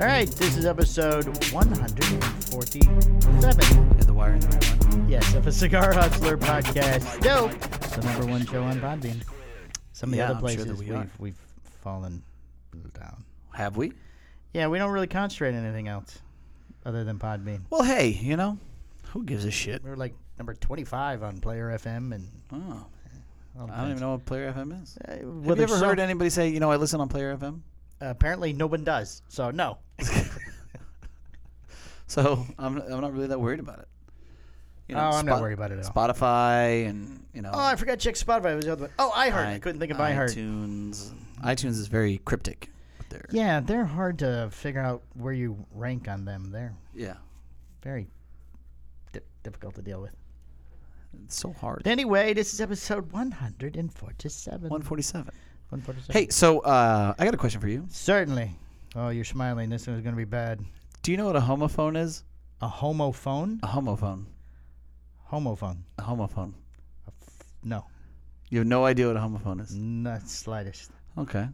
All right, this is episode 147. Is the wire in the right one? Yes, of a Cigar Hustler podcast. Dope. It's the number one show on Podbean. Some of Yeah, the other I'm sure places that we we are. have we've fallen down. Have we? Yeah, we don't really concentrate on anything else other than Podbean. Well, hey, you know, who gives a shit? We were like number 25 on Player FM and Oh, all the I don't things. even know what Player FM is. Uh, Have whether you ever so- heard anybody say, you know, I listen on Player FM? Apparently, no one does. So no. So I'm, I'm not really that worried about it. You Oh, I'm not worried about it at all. Spotify and you know, Oh, I forgot to check Spotify. was the other one. Oh, iHeart. I, i- couldn't think of iHeart. iTunes. iTunes is very cryptic. up There. Yeah, they're hard to figure out where you rank on them. They're Yeah. very di- difficult to deal with. It's so hard. Anyway, this is episode 147. 147. 147. Hey, so uh, I got a question for you. Certainly. Oh, you're smiling. This one's going to be bad. Do you know what a homophone is? A homophone? A homophone. Homophone. A homophone. No. You have no idea what a homophone is. Not slightest. Okay.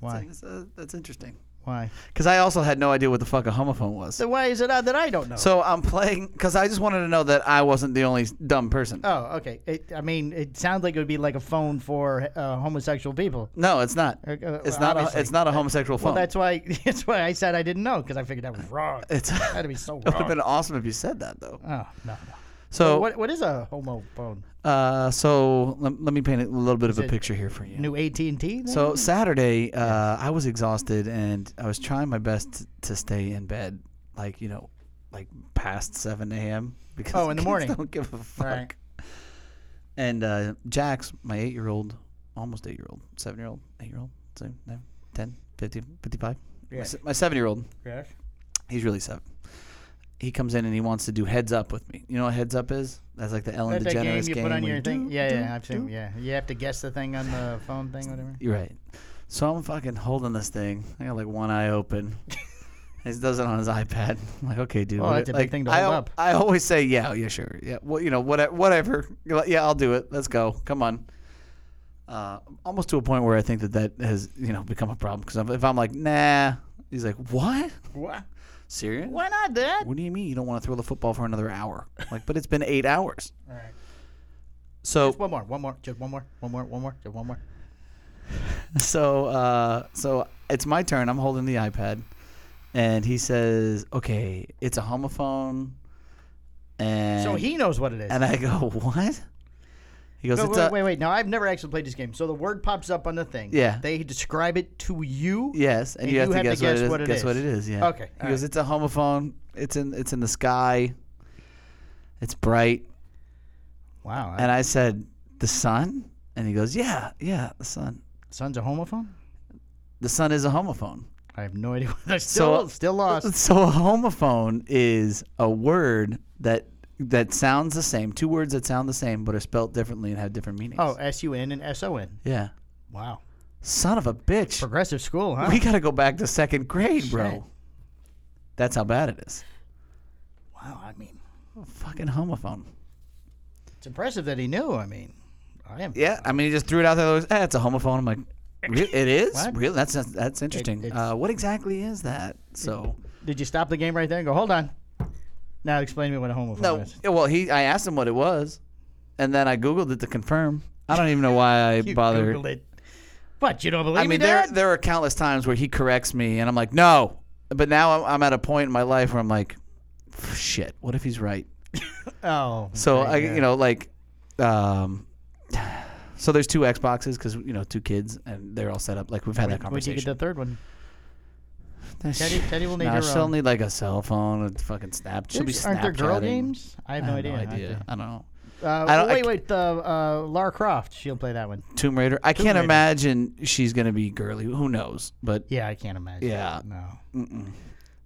Why? That's, uh, that's interesting. Why? Because I also had no idea what the fuck a homophone was. So why is it odd that I don't know? So I'm playing because I just wanted to know that I wasn't the only dumb person. oh, okay. It, I mean, it sounds like it would be like a phone for uh, homosexual people. No, it's not. Uh, uh, It's not. A, obviously. it's not a homosexual Well, phone. that's why. That's why I said I didn't know because I figured that was wrong. It's. That'd be so It would have wrong. been awesome if you said that though. oh no. no. So, what what is a homophone? uh, so let, let me paint a little bit of a it picture here for you. New AT and T. So Saturday, uh, I was exhausted and I was trying my best t- to stay in bed, like you know, like past seven a.m. because Oh, in the kids morning. don't give a fuck. Right. And uh, Jax, my eight-year-old, almost eight-year-old, seven-year-old, eight-year-old, so, no, 10, 50, 55. My, Yeah. se- my seven-year-old, he's really seven. He comes in and he wants to do heads up with me. You know what heads up is? That's like the Ellen That's that game DeGeneres you put on where your you thing. do, yeah, do, yeah, I've do. seen. Yeah, you have to guess the thing on the phone thing, whatever. You're right. So I'm fucking holding this thing. I got like one eye open. he does it on his iPad. I'm like, okay, dude. Oh, what- that's a big like, thing to I, hold al- up. I always say, yeah, yeah, sure, yeah. Well, you know, whatever, whatever. You're like, yeah, I'll do it. Let's go. Come on. Uh, almost to a point where I think that that has you know become a problem because if I'm like, nah, he's like, what? What? Serious? Why not that? What do you mean you don't want to throw the football for another hour? Like, but it's been eight hours. All right. So Just one more. One more. Just one more. One more. One more. Just one more. So uh, so it's my turn. I'm holding the iPad, and he says, "Okay, it's a homophone." And so he knows what it is. and I go, "What?" He goes, No, "It's wait, a wait, wait. Now I've never actually played this game. So the word pops up on the thing. Yeah. They describe it to you. yes," and, you, have, to, guess what it is. guess what it is? Yeah. Okay, He all goes, right. "It's a homophone. It's in it's in the sky. It's bright." Wow. And I said, "The sun." And he goes, "Yeah, yeah, the sun. son's a homophone. The sun is a homophone." I have no idea. what- I'm uh, still, still lost. So a homophone is a word that that sounds the same. Two words that sound the same but are spelt differently and have different meanings. Oh, S U N and S O N. yeah. Wow. Son of a bitch. Progressive school, huh? We got to go back to second grade, Shit. bro. That's how bad it is. wow. I mean, Fucking homophone. it's impressive that he knew. I mean, I am. Yeah, I mean, he just threw it out there. Like, eh, it's a homophone. I'm like, "Re- it is What? really. That's that's interesting. it's- uh, what exactly is that? So Did you stop the game right there and go, hold on? Now explain to me what a homophone No, is. yeah, well, he. I asked him what it was, and then I googled it to confirm. I don't even know why I You bothered. Googled it. What? You don't believe I mean, me, there Dad? there are countless times where he corrects me, and I'm like, no. But now I'm, I'm at a point in my life where I'm like, shit. What if he's right? oh. So right, I, yeah. you know, like, um, so there's two Xboxes because you know two kids, and they're all set up. Like we've had that Where'd you get conversation. the third one? Nah, Teddy- Teddy will need nah, your she'll own. need like a cell phone and fucking snap. She'll be There's- Aren't there girl Snapchatting. games? I have no idea. I think. I don't know. Uh, I don't- oh, I wait, c- wait. The uh, Lara Croft. She'll play that one. Tomb Raider. I can't Raider. imagine she's gonna be girly. Who knows? But Yeah, I can't imagine. Yeah. No.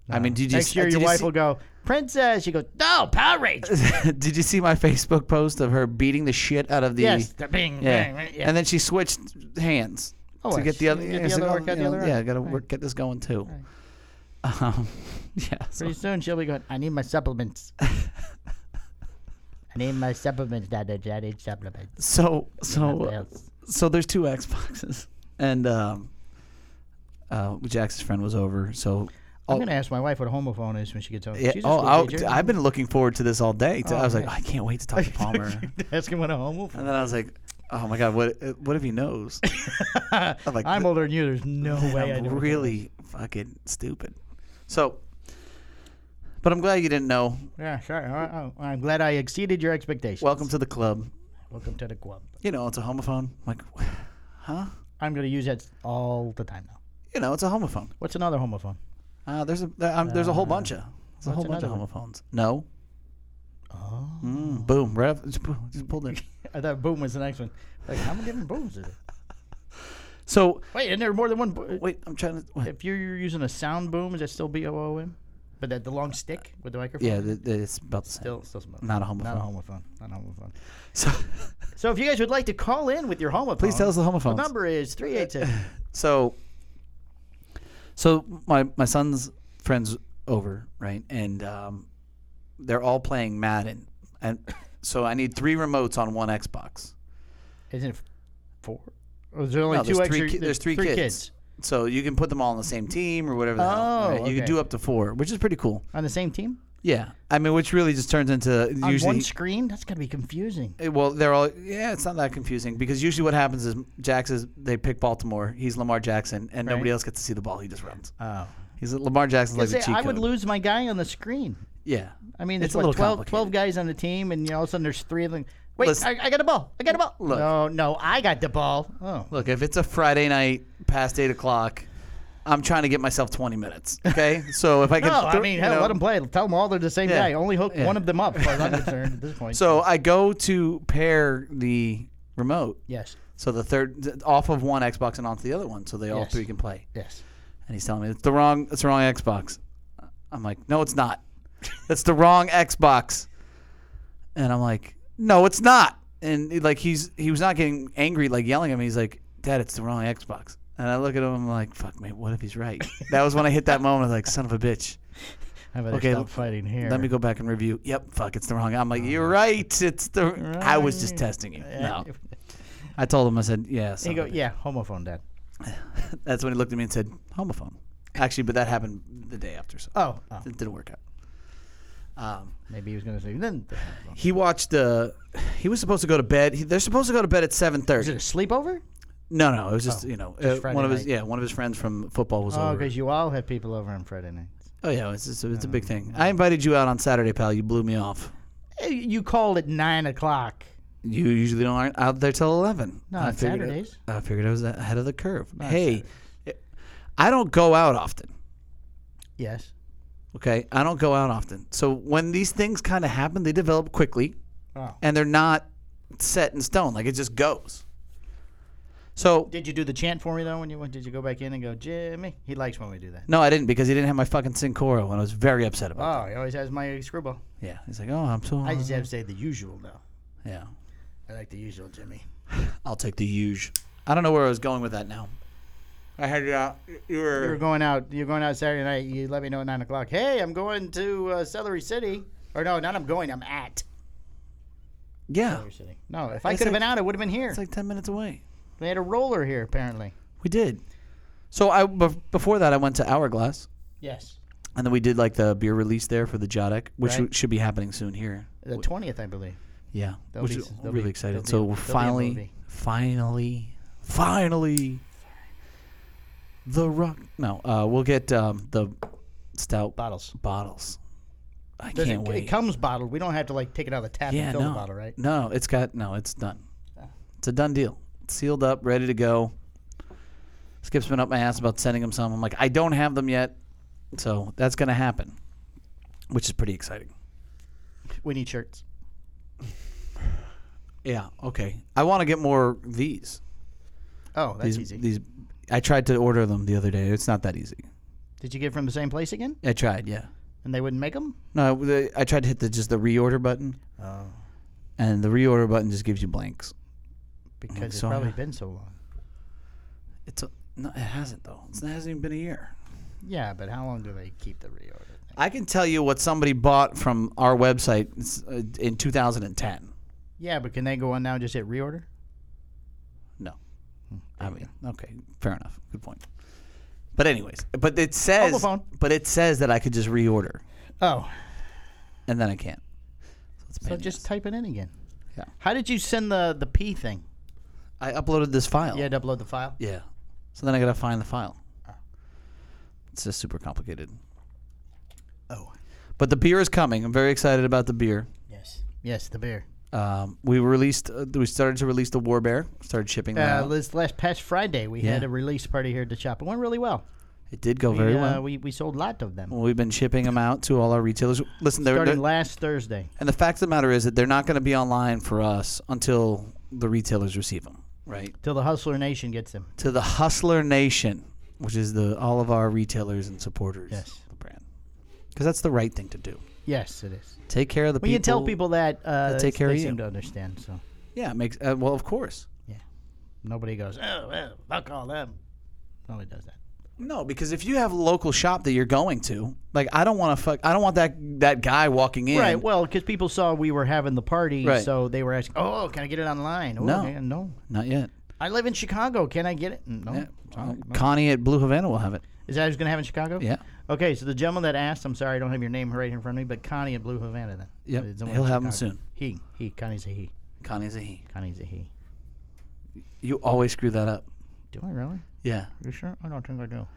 I mean, did you? Next s- uh, year, did your you wife see- will go, Princess. She goes, No, Power Rangers. did you see my Facebook post of her beating the shit out of the? yes, the bing, Yeah. bing, yeah. And then she switched hands Oh, to yeah, get she the other. can get yeah, the so other go- work out you the know, other yeah, end. gotta Right. work, get this going too. Um, yeah. so- Pretty soon, she'll be going, I need my supplements. I need my supplements, Daddy. I need supplements. So so Nothing else. so there's two Xboxes, and um, uh, Jackson's friend was over, so I'm Oh. gonna ask my wife what a homophone is when she gets home. Yeah. She's a Oh, school I'll- teacher. I've been looking forward to this all day. too. Oh, I was like, nice. I can't wait to talk to Palmer. and Ask him what a homophone. then I was like, oh my god, what what if he knows? I'm like, I'm older than you. There's no way. I know what I'm that is. really fucking stupid. So, but I'm glad you didn't know. Yeah, sure. Oh, oh, I'm glad I exceeded your expectations. Welcome to the club. Welcome to the club. You know, it's a homophone. Like, huh? I'm gonna use that all the time now. You know, it's a homophone. What's another homophone? Uh, there's a there- um, there's a whole bunch of there's a what's whole bunch of another homophones. No. Oh, Mm, boom. Right up. Just, boom, just pulled in. I thought boom was the next one. Like, how many different booms is there? So Wait, and there are more than one. Bo- wait, I'm trying to. Wait. if you're using a sound boom, is that still B O O M? But that the long stick with the microphone. Yeah, th- th- it's about the same. Still, still smoking. Not a homophone. Not a homophone. Not a homophone. So So if you guys would like to call in with your homophone, please tell us the homophones. The number is three eight six. so so my my son's friends over right and um, they're all playing madden and so i need three remotes on one xbox Isn't it four? Or is there Oh, only No, two there's extra? three ki- there's three three kids. kids so you can put them all on the same team or whatever the hell, Oh, right? you okay. can do up to four which is pretty cool on the same team yeah i mean which really just turns into on one usually screen. That's gonna be confusing. Eh, well they're all yeah it's not that confusing because usually what happens is jax is they pick baltimore he's lamar jackson and nobody Right. else gets to see the ball he just runs Oh, he's lamar jackson's like the say, cheat I would code. lose my guy on the screen. yeah I mean, It's there's a what, 12, little 12 complicated. guys on the team, and you know, all of a sudden there's three of them. Wait, Listen- I, I got a ball. I got a ball. Look. No, no, I got the ball. Oh, Look, if it's a Friday night past eight o'clock, I'm trying to get myself 20 minutes. Okay, so if I can, no, I throw- mean, you hell, know, let them play. Tell them all they're the same Yeah. guy. Only hook Yeah. one of them up, as far as I'm concerned at this point. So I go to pair the remote, yes, so the third th- off of one Xbox and onto the other one, so they all Yes. three can play. yes. And he's telling me it's the wrong, it's the wrong Xbox. I'm like, no, it's not. It's the wrong Xbox. And I'm like, no, it's not. And he- like he's he was not getting angry, like yelling at me. He's like, Dad, it's the wrong Xbox. And I look at him, I'm like, fuck, mate, what if he's right? that was when I hit that moment. I was like, son of a bitch. I better Okay, stop l- fighting here. Let me go back and review. Yep, fuck, it's the wrong. I'm like, you're right. It's the. I was just Oh. Right. testing you. Yeah. No, I told him. I said, yeah. He son go, of a yeah, homophone dad. bitch." That's when he looked at me and said, homophone. Actually, but that happened the day after, so Oh, oh, it didn't work out. Um, maybe he was gonna say then. he watched. Uh, he was supposed to go to bed. He, they're supposed to go to bed at seven Is thirty. it a sleepover? No, no, it was just you know uh, Friday one of his night. yeah one of his friends from football was Oh, over. because you all have people over on Friday nights. Oh yeah, it's it's, it's a big thing. I invited you out on Saturday, pal. You blew me off. Eh, You called at nine o'clock. You usually don't aren't out there till eleven. No, I on figured it- Saturdays. I figured I was ahead of the curve. on hey, I don't go out often. Yes. Okay, I don't go out often. So when these things kind of happen, they develop quickly. Oh. and they're not set in stone. Like it just goes. So Did you do the chant for me though? When you went, did you go back in and go, Jimmy? He likes when we do that. no, I didn't because he didn't have my fucking Sincoro, and I was very upset about. Oh, he always has my screwball. it. Yeah, he's like, oh, I'm so. I just have to say the usual though. yeah, I like the usual, Jimmy. I'll take the huge. I don't know where I was going with that now. I had uh, you You were were. going out. You're going out Saturday night. You let me know at nine o'clock. Hey, I'm going to uh, Celery City. Or no, not I'm going. I'm at Yeah, Celery City. No, if I It's could have like- been out, I would have been here. it's like ten minutes away. they had a roller here apparently. We did. So I bef- before that I went to Hourglass, Yes, and then we did like the beer release there for the Jodek, which Right. should be happening soon here. the twentieth, I believe. Yeah, They'll which be- is they'll really be- they'll excited. be- So we're they'll be a finally, movie. finally, finally, the rock. No, uh, we'll get um, the stout Bottles. bottles. I Does it, can't wait. it comes bottled. We don't have to like take it out of the tap yeah, and fill no, the bottle, right? no, it's got no, it's done. Ah. It's a done deal. It's sealed up, ready to go. Skip's been up my ass about sending him some. I'm like, I don't have them yet, so that's gonna happen, which is pretty exciting. We need shirts. Yeah. Okay. I want to get more of these. Oh, that's these, easy. These, I tried to order them the other day. It's not that easy. Did you get from the same place again? I tried, yeah. And they wouldn't make them? No, the, I tried to hit the just the reorder button, Oh, and the reorder button just gives you blanks. because Like it's so, probably yeah. been so long. It's a, no, it hasn't though. It's, it hasn't even been a year. Yeah, but how long do they keep the reorder? thing? I can tell you what somebody bought from our website s- uh, in 2010. Yeah, but can they go on now and just hit reorder? No, I mean, okay, fair enough. Good point. But anyways, but it says, phone. but it says that I could just reorder, Oh, and then I can't. So, it's a pain so in the just ass. type it in again. Yeah. How did you send the the P thing? I uploaded this file. You had to upload the file. Yeah. So then I gotta find the file. Ah. It's just super complicated. Oh. But the beer is coming. I'm very excited about the beer. Yes. Yes, the beer. Um, we released. Uh, we started to release the War Bear. Started shipping that. Uh, out. this last past Friday, we had Yeah. a release party here at the shop. It went really well. It did go We, very uh, well. We, we sold a lot of them. We've been shipping them out to all our retailers. Listen, they're, Starting they're- last Thursday. and the fact of the matter is that they're not going to be online for us until the retailers receive them, right? Till the Hustler Nation gets them. To the Hustler Nation, which is the all of our retailers and supporters. Yes. of the brand, because that's the right thing to do. Yes, it is. Take care of the Well, you tell people that uh, that take care they of you. seem to understand. So Yeah, it makes uh, well, of course. nobody goes, oh, well, fuck all them. Nobody does that. No, because if you have a local shop that you're going to, like I don't want to fuck, I don't want that that guy walking in. Right. Well, because people saw we were having the party, Right. so they were asking, "Oh, can I get it online?" Oh, No. yeah, no. Not yet. I live in Chicago. Can I get it? Mm, No. Yeah. Oh, Sorry, Well, no. Connie at Blue Havana will have it. Is that who's gonna have it in Chicago? Yeah. Okay, so the gentleman that asked, I'm sorry, I don't have your name right in front of me, but Connie at Blue Havana. Then. Yep, It's someone he'll in have 'em Chicago. soon. He, he, Connie's a he. Connie's a he. Connie's a he. You always screw that up. Do I really? Yeah. You sure? I don't think I do.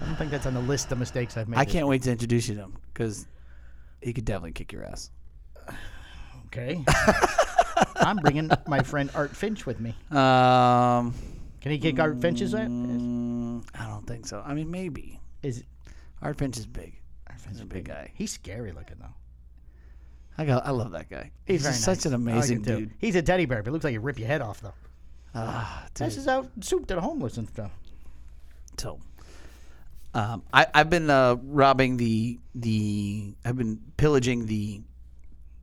I don't think that's on the list of mistakes I've made. I this- can't wait to introduce you to him because he could definitely kick your ass. Okay. I'm bringing my friend Art Finch with me. Um, Can he kick Art Finch's ass? mm, I don't think so. I mean, maybe. Is Art Finch is big. Art Finch He's a big guy. He's scary looking though. I got. I love that guy. He's, very just nice. such an I like him, amazing too. dude. He's a teddy bear, but he looks like he rip your head off though. Ah, dude. This is out soup to the homeless and stuff. So, um, I, I've been uh, robbing the the I've been pillaging the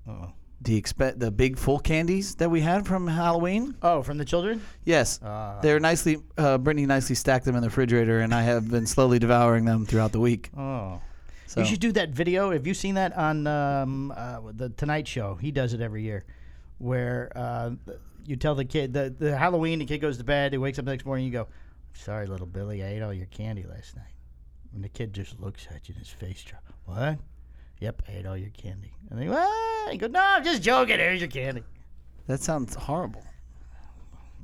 uh, Oh. the expe- the big full candies that we had from Halloween. Oh, from the children? Yes, Ah. they're nicely. Uh, Brittany nicely stacked them in the refrigerator, and I have been slowly devouring them throughout the week. Oh. So You should do that video. Have you seen that on um, uh, the Tonight Show? He does it every year, where uh, you tell the kid the, the Halloween, the kid goes to bed, he wakes up the next morning, you go, "I'm sorry, little Billy, I ate all your candy last night." And the kid just looks at you, and his face drops. What? Yep, I ate all your candy. And they, what? You go, no, I'm just joking. Here's your candy. that sounds horrible.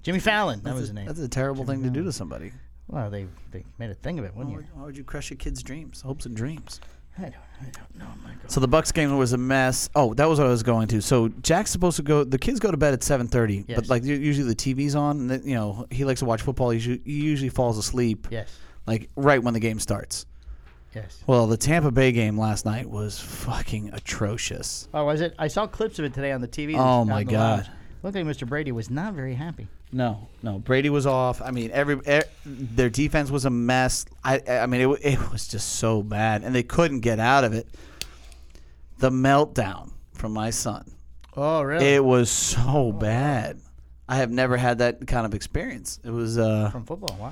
Jimmy Fallon. That That's was the a, name. That's a terrible thing to do to somebody. Well, they, they made a thing of it, Why wouldn't you? would, why would you crush a kid's dreams, hopes, and dreams? Oh, I don't, I don't know, Michael. So the Bucks game was a mess. Oh, that was what I was going to. So Jack's supposed to go. The kids go to bed at seven thirty, but Yes. like u- usually the TV's on, and then, you know he likes to watch football. He, usu- he usually falls asleep Yes, like right when the game starts. yes. Well, the Tampa Bay game last night was fucking atrocious. Oh, was it? I saw clips of it today on the TV. Oh, on my the lounge. God. Looked like Mr. Brady was not very happy. No, no, Brady was off. I mean, every er, their defense was a mess. I I mean, it wa- it was just so bad, and they couldn't get out of it. The meltdown from my son. Oh, really? It was so bad. I have never had that kind of experience. It was, uh, From football, wow.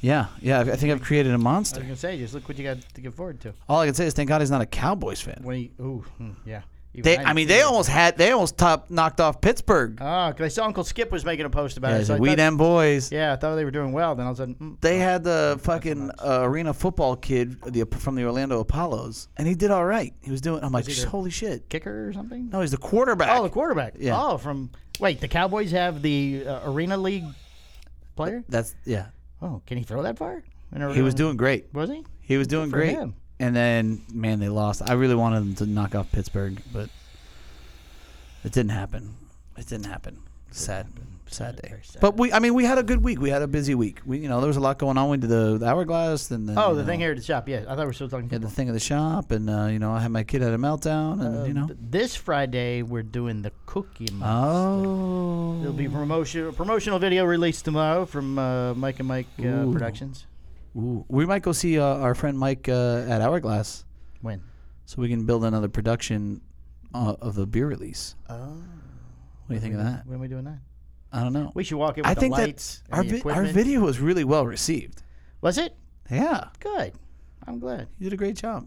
yeah, yeah. I I think I've created a I was monster. gonna say, just look what you got to get forward to. All I can say is thank God he's not a Cowboys fan. When he, ooh, hmm, yeah. Even They, didn't I mean, see they it. almost had, they almost top knocked off Pittsburgh. Oh, because I saw Uncle Skip was making a post about Yeah, it. So I we thought- them boys. yeah, I thought they were doing well. Then all of a sudden, mm, They had the fucking uh, arena football kid the, from the Orlando Apollos, and he did all right. He was doing. I'm like, he the- holy shit! kicker or something. No, he's the quarterback. Oh, the quarterback. Yeah. Oh, from wait, the Cowboys have the uh, arena league player. That's yeah. Oh, can he throw that far? In a- He was doing great. Was he? He was doing for great. him. And then, man, they lost. I really wanted them to knock off Pittsburgh, but it didn't happen. It didn't happen. Sad, sad day. Very sad. But we, I mean, we had a good week. We had a busy week. We, you know, there was a lot going on. We did the, the hourglass and then, Oh, you the thing know, here at the shop. Yeah, I thought we were still talking. yeah, the football. thing at the shop, and uh, you know, I had my kid had a meltdown, and you know, Uh, this Friday we're doing the Cookie Monster. oh, There'll be promotion promotional video released tomorrow from uh, Mike and Mike uh, Ooh. Productions. Ooh. we might go see uh, our friend Mike uh, at Hourglass, When? so we can build another production uh, of the beer release. Oh, What do you Uh, think of that? when are we doing that? I don't know. We should walk in with I the think lights. and that our, the vi- our equipment. video was really well received. was it Yeah, good. I'm glad. you did a great job.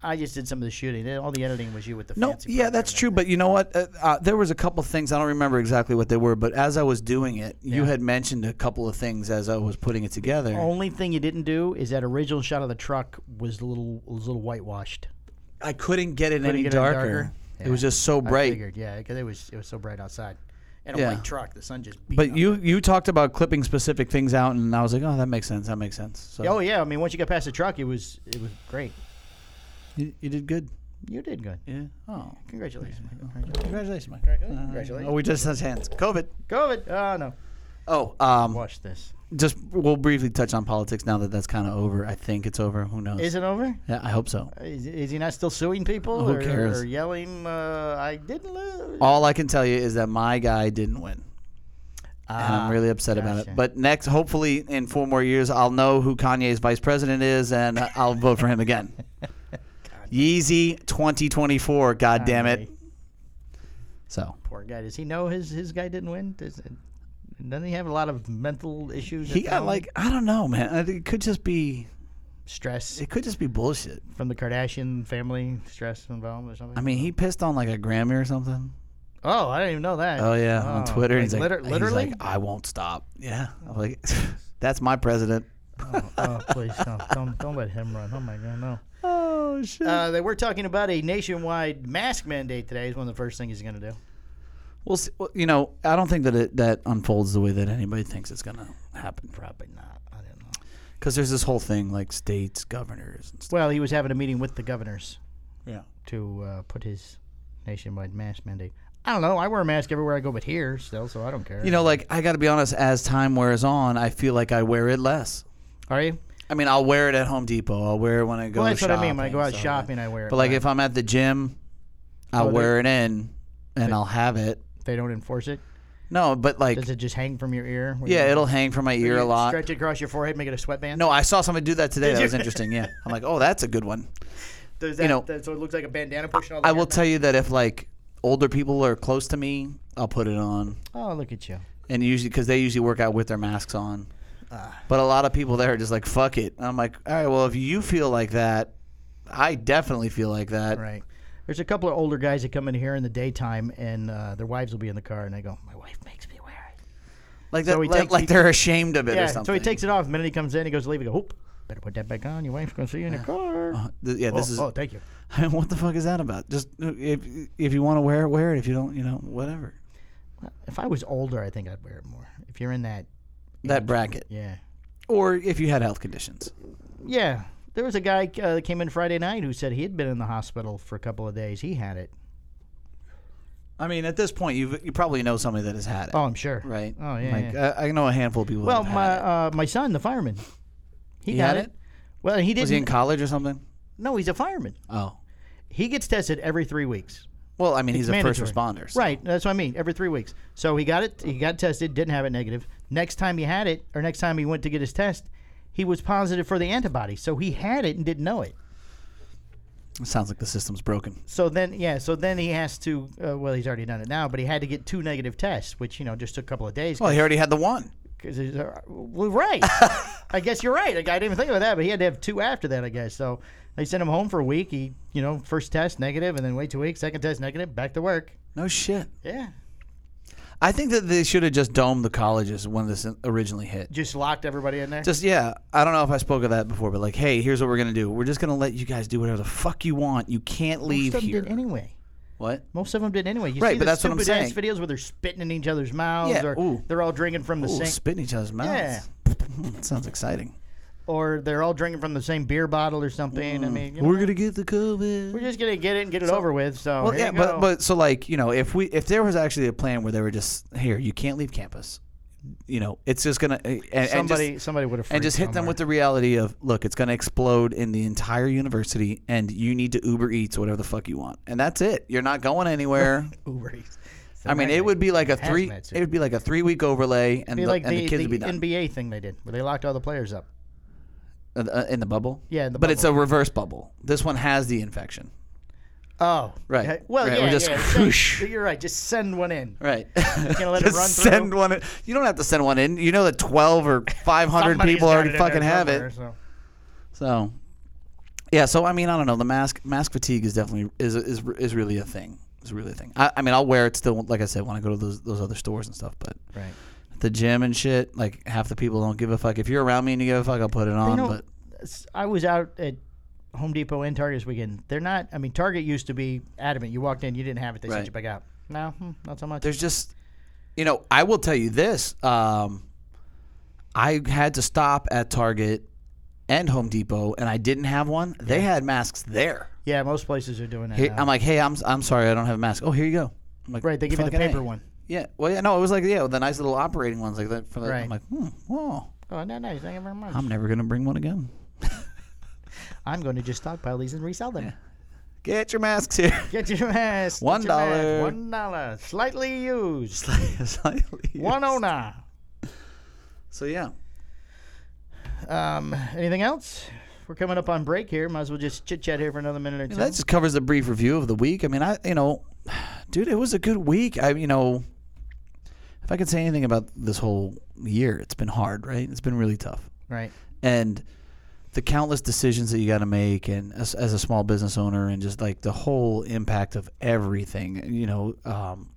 I just did some of the shooting. Then All the editing was you with the No, fancy. yeah, that's true. programming. But you know what? Uh, uh, there was a couple things I don't remember exactly what they were, but as I was doing it, you Yeah. had mentioned a couple of things as I was putting it together. Only thing you didn't do is that original shot of the truck was a little was a little whitewashed. I couldn't get it any get it darker. darker? It was Yeah. just so I bright. figured, yeah, because it was it was so bright outside, and a Yeah. white truck. The sun just. Beat But on you you talked about clipping specific things out, and I was like, oh, that makes sense. That makes sense. So it. Oh yeah, I mean, once you got past the truck, it was it was great. you, you did good. You did good. Yeah. Oh, Congratulations, Michael. congratulations, Mike. Congratulations. Congratulations. Oh, we just touched hands. COVID. COVID. Oh no. Oh, um, Watch this. just we'll briefly touch on politics now that that's kind of over. I think it's over. Who knows? Is it over? yeah, I hope so. Is, is he not still suing people? Who or, cares? Oh, Or yelling, uh, I didn't lose. All I can tell you is that my guy didn't win. and Ah, I'm really upset about gotcha. it. But next, hopefully, in four more years, I'll know who Kanye's vice president is, and I'll vote for him again. Yeezy 2024. God damn it. Kanye. So Poor guy. Does he know his, his guy didn't win? Does, doesn't he have a lot of mental issues? he at the got moment? like I don't know, man. I think It could just be stress it could just be bullshit. from the Kardashian family, stress involved or something. I mean, he pissed on like a Grammy or something. oh, I didn't even know that. Oh yeah, on Oh, Twitter. like, he's like, liter- he's literally. like, I won't stop. Yeah, I'm like, that's my president. oh, oh, please don't, don't don't let him run. Oh my God, no. Oh shit. Uh, they were talking about a nationwide mask mandate today. Is one of the first things he's going to do. we'll see. Well, you know, I don't think that it that unfolds the way that anybody thinks it's gonna happen. Probably not. I don't know. Because there's this whole thing like states, governors, and stuff. Well, he was having a meeting with the governors. Yeah. to uh, put his nationwide mask mandate. I don't know. I wear a mask everywhere I go, but here still, so I don't care. You know, like I got to be honest. As time wears on, I feel like I wear it less. are you? I mean, I'll wear it at Home Depot. I'll wear it when I go. Well, that's shopping, what I mean. When I go out so- shopping, I wear it. But like, if I'm at the gym, I'll Oh, they- wear it in, and I'll have it. they don't enforce it, No, but like, does it just hang from your ear? When yeah, you- it'll hang from my when ear you a lot. Stretch it across your forehead, make it a sweatband. No, I saw someone do that today. That was interesting. Yeah, I'm like, oh, that's a good one. does that, know- that- so it looks like a bandana pushing all the I hair will back? tell you that if like older people are close to me, I'll put it on. Oh, look at you. and usually because they usually work out with their masks on. Ah. But a lot of people there are just like fuck it. And I'm like, all right, well if you feel like that, I definitely feel like that. Right. There's a couple of older guys that come in here in the daytime, and uh, their wives will be in the car, and I go, "My wife makes me wear it." Like So that, he like, takes- like he- they're ashamed of it Yeah. or something. So he takes it off. The minute he comes in, he goes to leave. He go, "Oop, better put that back on. Your wife's gonna see you in the car." Uh, th- yeah, this oh, is. oh, thank you. I mean, what the fuck is that about? Just uh, if if you want to wear it, wear it. If you don't, you know, whatever. If I was older, I think I'd wear it more. If you're in that, That bracket, yeah, or if you had health conditions. yeah. There was a guy uh, that came in Friday night who said he had been in the hospital for a couple of days. He had it. I mean, at this point, you you probably know somebody that has had it, Oh, I'm sure. right? Oh yeah. Like yeah. I, I know a handful of people. well, that have my had it. uh, my son, the fireman, he, He got had it. it? Well, he didn't. was he in college or something? no, he's a fireman. Oh, He gets tested every three weeks. well, I mean, he's a first mandatory. responder. so- Right. That's what I mean. Every three weeks. So he got it. He got tested. Didn't have it negative. Next time he had it, or next time he went to get his test, he was positive for the antibody. So he had it and didn't know it. Sounds like the system's broken. So then, yeah. So then he has to. Uh, well, he's already done it now, but he had to get two negative tests, which you know just took a couple of days. Well, he already had the one. 'cause he's, uh, well, right. I guess you're right. I didn't even think about that, but he had to have two after that. I guess so. They sent him home for a week. He, you know, first test negative, and then wait two weeks. Second test negative. Back to work. No shit. Yeah. I think that they should have just domed the colleges when this originally hit. Just locked everybody in there. Just yeah, I don't know if I spoke of that before, but like, hey, here's what we're gonna do. We're just gonna let you guys do whatever the fuck you want. You can't leave Most of them here. did anyway. what? Most of them did anyway. You Right, see the but that's what I'm stupid ass saying. videos where they're spitting in each other's mouths, Yeah, or ooh. they're all drinking from the Ooh, same, spit in each other's mouths. Yeah. Sounds exciting. or they're all drinking from the same beer bottle or something. Mm. I mean, you know, We're gonna get the COVID. we're just gonna get it and get it over with. So well, Oh, here yeah, you but go. but so like you know, if we if there was actually a plan where they were just here, you can't leave campus. You know, it's just gonna eh, and, and just- somebody somebody would have and just hit them with the reality of look it's going to explode in the entire university and you need to uber eats whatever the fuck you want and that's it you're not going anywhere Uber Eats. i mean it would be like a Hazmat three suit. it would be like a three week overlay and, be the, like and the, the, kids the would be done NBA thing they did where they locked all the players up. Uh, uh, in the bubble Yeah, in the but it's a reverse bubble this one has the infection Oh, Right, Yeah, Well, right, yeah, we're just yeah, whoosh. Send, you're right. Just send one in. right gonna let it Just run through? send one in. you don't have to send one in you know that 12 or 500 Somebody's people got already it in fucking there have somewhere, it so. so Yeah, so I mean, I don't know. The mask mask fatigue is definitely is is is really a thing. It's really a thing. I, I mean, I'll wear it still. Like I said, when I go to those those other stores and stuff, but Right. at the gym and shit, like half the people don't give a fuck. If you're around me and you give a fuck, I'll put it on. don't- But S- I was out at Home Depot and Target this weekend. They're not. I mean, Target used to be adamant. You walked in, you didn't have it. They Right. sent you back out. No, hmm, not so much. there's just, you know, I will tell you this. Um, I had to stop at Target and Home Depot, and I didn't have one. They had masks there. yeah, most places are doing that. Here- now. I'm like, hey, I'm I'm sorry, I don't have a mask. Oh, here you go. I'm like, right. They give you the fucking A. paper one. Yeah. Well, yeah. No, it was like yeah, the nice little operating ones like that. For the, I'm Right. like, hmm, whoa, Oh, no, nice. Thank you very much. I'm I'm, never gonna bring one again. going to just stockpile these and resell them. Get your masks here. Get your mask. One get your mask, dollar. One dollar. Slightly used. Slightly One oh used. owner. So yeah. Um, anything else? We're coming up on break here. Might as well just chit chat here for another minute or two. that just covers a brief review of the week. I mean, I you know, dude, it was a good week. I you know, if I could say anything about this whole year, it's been hard, right? It's been really tough, right. and the countless decisions that you got to make, and as, as a small business owner, and just like the whole impact of everything, you know, um,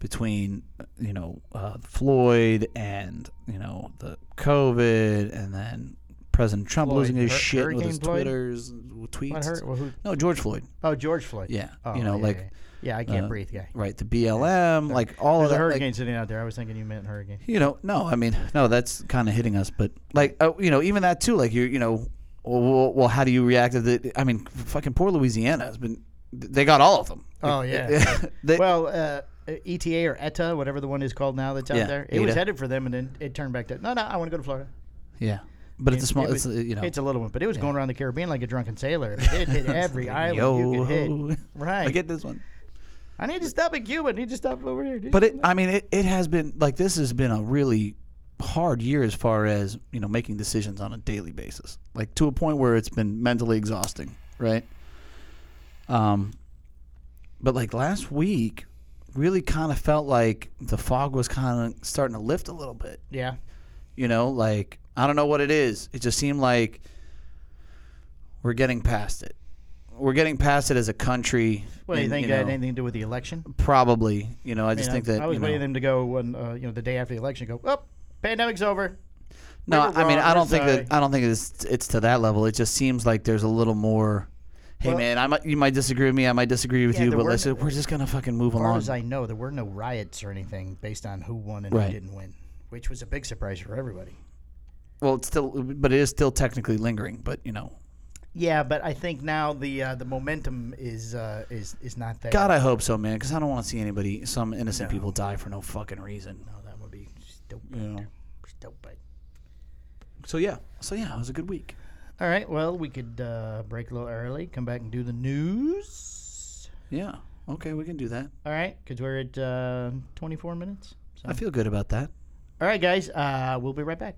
between you know uh, Floyd and you know the COVID, and then President Trump Floyd. losing his Hur- shit with Hurricane his Floyd? Twitters, tweets. What hurt? Well, who? No, George Floyd. Oh, George Floyd. Yeah, Oh, you know, yeah, like yeah. yeah, I can't uh, breathe guy. right the BLM, like all There's of a that. like, hurricane sitting out there. I was thinking you meant hurricane. you know, no, I mean, no, that's kind of hitting us, but like, uh, you know, even that too. Like you, you know, well, well, well how do you react to the? I mean, fucking poor Louisiana has been. They got all of them. Oh, yeah. They- well, uh, ETA or ETA, whatever the one is called now that's out Yeah, E there, it was ETA. headed for them, and then it turned back to no, no, I want to go to Florida. yeah, but it's a small. It was- it's a, you know, it's a little one, but it was going around the Caribbean like a drunken sailor. It hit every island you could hit. yo, Right. I get this one. I need to stop in Cuba. I need to stop over here. But it, I mean, it, it has been like this has been a really hard year as far as you know making decisions on a daily basis, like to a point where it's been mentally exhausting, right? Um, but like last week, really kind of felt like the fog was kind of starting to lift a little bit. yeah, You know, like I don't know what it is. It just seemed like we're getting past it. We're getting past it as a country. what do you and, think that had know, anything to do with the election? Probably, you know. I just mean, think that I was you know, waiting them to go when uh, you know the day after the election. Go, oh, pandemic's over. No, We were I mean wrong. I don't We're think sorry. that I don't think it's it's to that level. It just seems like there's a little more. Hey Well- man, I might you might disagree with me. I might disagree with Yeah, you, there but were let's no- just, we're just gonna fucking move As far along. as I know, there were no riots or anything based on who won and Right. who didn't win, which was a big surprise for everybody. well, it's still, but it is still technically lingering. But you know, Yeah, but I think now the uh, the momentum is uh, is is not there. God, I hope so, man, because I don't want to see anybody, some innocent people die for no fucking reason. No, Oh, that would be stupid. You know. Stupid. So yeah, so yeah, it was a good week. All right. Well, we could uh, break a little early, come back and do the news. Yeah. Okay, we can do that. All right, because we're at uh, 24 minutes. So. I feel good about that. All right, guys. Uh, we'll be right back.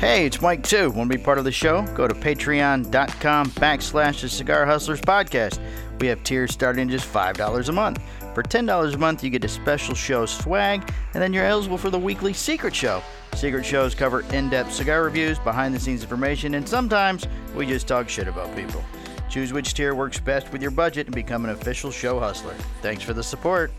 Hey, it's Mike too. Want to be part of the show? Go to patreon.com backslash the Cigar Hustlers podcast. We have tiers starting at just $5 a month. For $10 a month, you get a special show swag, and then you're eligible for the weekly secret show. Secret shows cover in depth cigar reviews, behind the scenes information, and sometimes we just talk shit about people. Choose which tier works best with your budget and become an official show hustler. Thanks for the support.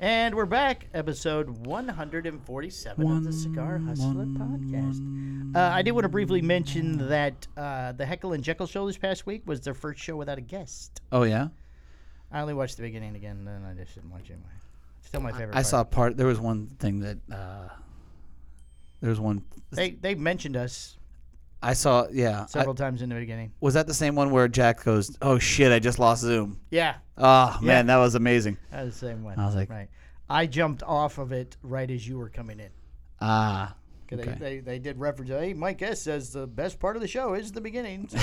And we're back, episode 147 of the Cigar Hustler podcast. Uh, I did want to briefly mention that uh, the Heckle and Jekyll show this past week was their first show without a guest. Oh yeah, I only watched the beginning again, then I just didn't watch it anymore. Still my favorite. I part. saw part. There was one thing that uh, there was one. They, they mentioned us I saw. Yeah, I- several times in the beginning. Was that the same one where Jack goes, "Oh shit, I just lost Zoom." Yeah, Oh Yeah. man, that was amazing. that was the same one. I was like- right. I jumped off of it right as you were coming in. Ah, 'Cause Okay. They, they, they did reference, hey, Mike S says the best part of the show is the beginning. So.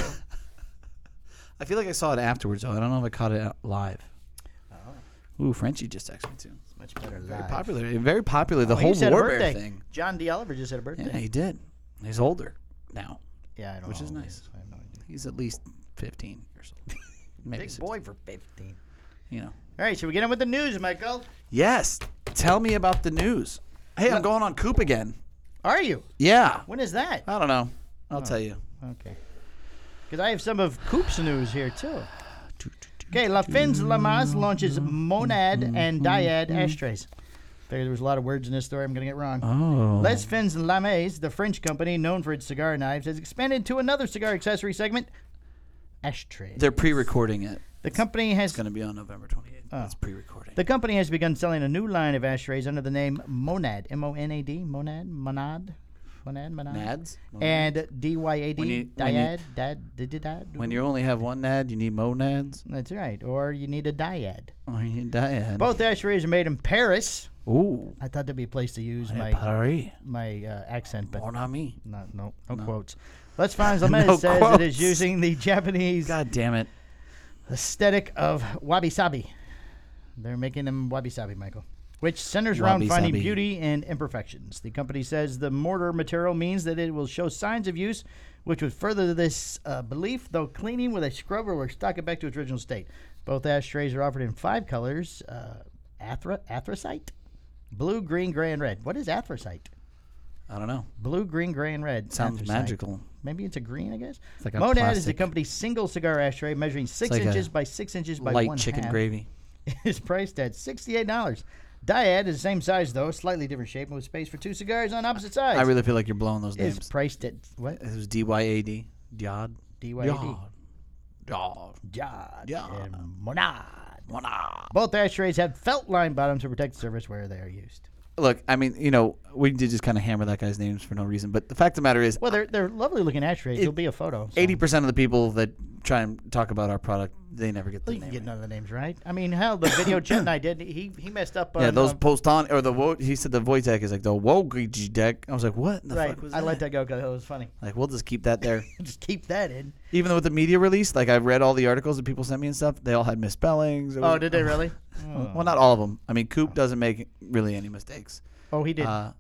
I feel like I saw it afterwards though. I don't know if I caught it out live. Oh. Ooh, Frenchie just texted me too. Much better Very live. popular. Very popular. The Oh, he whole just had a Warbear birthday. thing. John D. Oliver just had a birthday. Yeah, he did. He's older now. Yeah, I don't Which know is how old he nice. I have no idea. He's at least fifteen years old. Maybe Big 16. boy for 15. you know. All right, should we get in with the news, Michael? Yes. Tell me about the news. Hey, I'm going on Coop again. Are you? Yeah. When is that? I don't know. I'll tell you. Okay. Because I have some of Coop's news here, too. Okay, La Fins Lamas launches Monad and Dyad ashtrays. Figured there was a lot of words in this story I'm going to get wrong. Oh. Les Fins Lames, the French company known for its cigar knives, has expanded to another cigar accessory segment, ashtrays. They're pre-recording it. the company has It's going to be on November 28th. Oh. It's pre-recording. the company has begun selling a new line of ashtrays under the name Monad, M O N A D, Monad, Monad, Monad, Monad, Nads. and D Y A When D, you- when you- Dyad, Dad, did it Dad? When you only have one nad, you need monads. That's right. Or you need a dyad. Or you need dyad. Both ashtrays are made in Paris. Ooh. I thought that'd be a place to use my Oh, Paris. my uh, accent, but Bon ami. not, no, no quotes. Les Fans Lemay No says it quotes. is using the Japanese God damn it. aesthetic of wabi sabi. They're making them wabi sabi, Michael, which centers around finding Wabi-sabi. beauty and imperfections. The company says the mortar material means that it will show signs of use, which would further this uh, belief, though cleaning with a scrubber will stock it back to its original state. Both ashtrays are offered in five colors uh, athra- anthracite, blue, green, gray, and red. What is anthracite? I don't know. Blue, green, gray, and red. Sounds Anthracite. magical. Maybe it's a green, I guess. It's like a Monad is the plastic- company's single cigar ashtray measuring six like inches a by six inches by Light one chicken half. gravy. It is priced at sixty-eight dollars. Dyad is the same size though, slightly different shape, and with space for two cigars on opposite sides. I really feel like you're blowing those is names. priced at what? It was D Y A D. Dyad. DYAD. Dyad. Jod Yeah. and Monad. Monad. Both ashtrays have felt lined bottoms to protect the surface where they are used. Look, I mean, you know, we did just kind of hammer that guy's names for no reason, but the fact of the matter is, Well, they're they're lovely looking ashtrays. It- It'll be a photo. so- eighty percent of the people that try and talk about our product, they never get the Well, you name. can get right. none of the names right. I mean, hell, the video Chet and I did, he he messed up. Yeah, on, those um, post on or the wo- he said the Wojtek is like the Wojtek deck. I was like, what in the right. fuck was I that? let that go because it was funny. Like, we'll just keep that there. Just keep that in. Even though with the media release, like I read all the articles that people sent me and stuff, they all had misspellings. It Oh, was- uh, did they really? Well, not all of them. I mean, Coop doesn't make really any mistakes. Oh, he did. Uh,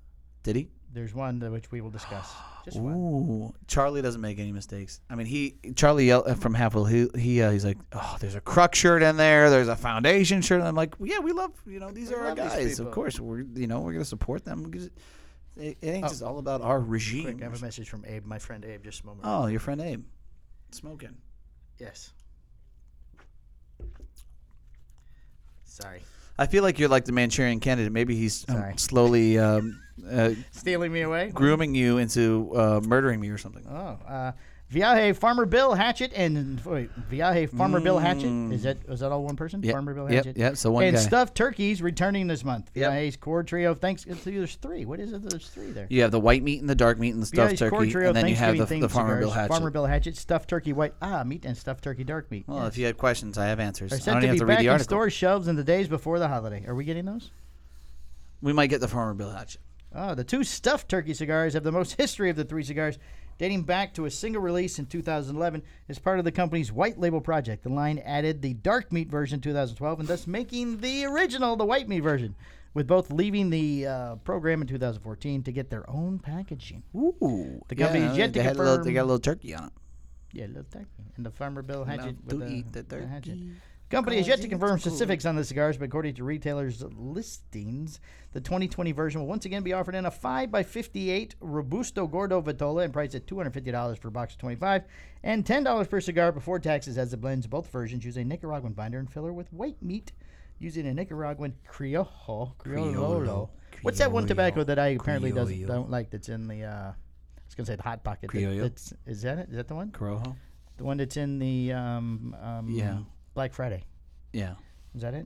did he? There's one that which we will discuss. Just one. Ooh, Charlie doesn't make any mistakes. I mean, he Charlie yell- uh, from Half Wheel. He he uh, he's like, oh, there's a Crux shirt in there. There's a Foundation shirt. And I'm like, yeah, we love you know these are our love these guys. Of people. course, we're you know we're gonna support them. We're just- It, it ain't just all about our regime. Quick, I have a message from Abe, my friend Abe, just a moment. oh, your friend Abe, smoking. Yes. Sorry. I feel like you're like the Manchurian candidate. Maybe he's um, Sorry. slowly um, uh, Stealing me away? grooming you into uh, murdering me or something. Oh, uh, Viaje Farmer Bill Hatchet and wait, Viaje Farmer Bill Hatchet. Is that is that all one person? Mm. Yep, Farmer Bill yep, Hatchet. yep, so one and guy. stuffed turkeys returning this month. Yep. Viaje's core trio. of Thanks. There's three. What is it? There's three there. You have the white meat and the dark meat and the stuffed Viaje's core turkey, trio. of and then you have the, Thanksgiving the themed Farmer Bill cigars. hatchet. Farmer Bill Hatchet. Stuffed turkey white ah meat and stuffed turkey dark meat. well, Yes. if you had questions, I have answers. I Are don't said to even be have to read back the on article. store shelves in the days before the holiday. Are we getting those? We might get the Farmer Bill hatchet. Oh, the two stuffed turkey cigars have the most history of the three cigars, dating back to a single release in 2011 as part of the company's white label project. The line added the dark meat version in 2012 and thus making the original the white meat version, with both leaving the uh, program in 2014 to get their own packaging. Ooh, The company is yet to they had a little, They confirm- got a little turkey on it. Yeah, little turkey. And the Farmer Bill hatchet to with the, eat the the hatchet. turkey. Company has yet to Cause confirm it's cool. specifics on the cigars, but according to retailers' listings, the 2020 version will once again be offered in a 5x58 Robusto Gordo Vitola and priced at $250 per box of 25 and $10 per cigar before taxes as it blends both versions use a Nicaraguan binder and filler with white meat using a Nicaraguan Criollo. Criollo. Criollo. What's that one tobacco that I apparently doesn't Criollo. don't like that's in the uh, I was gonna say the hot pocket. that- Criollo. That's, is that it? Is that the one? Corojo. The one that's in the um, um, Yeah. Black Friday. Yeah. Is that it?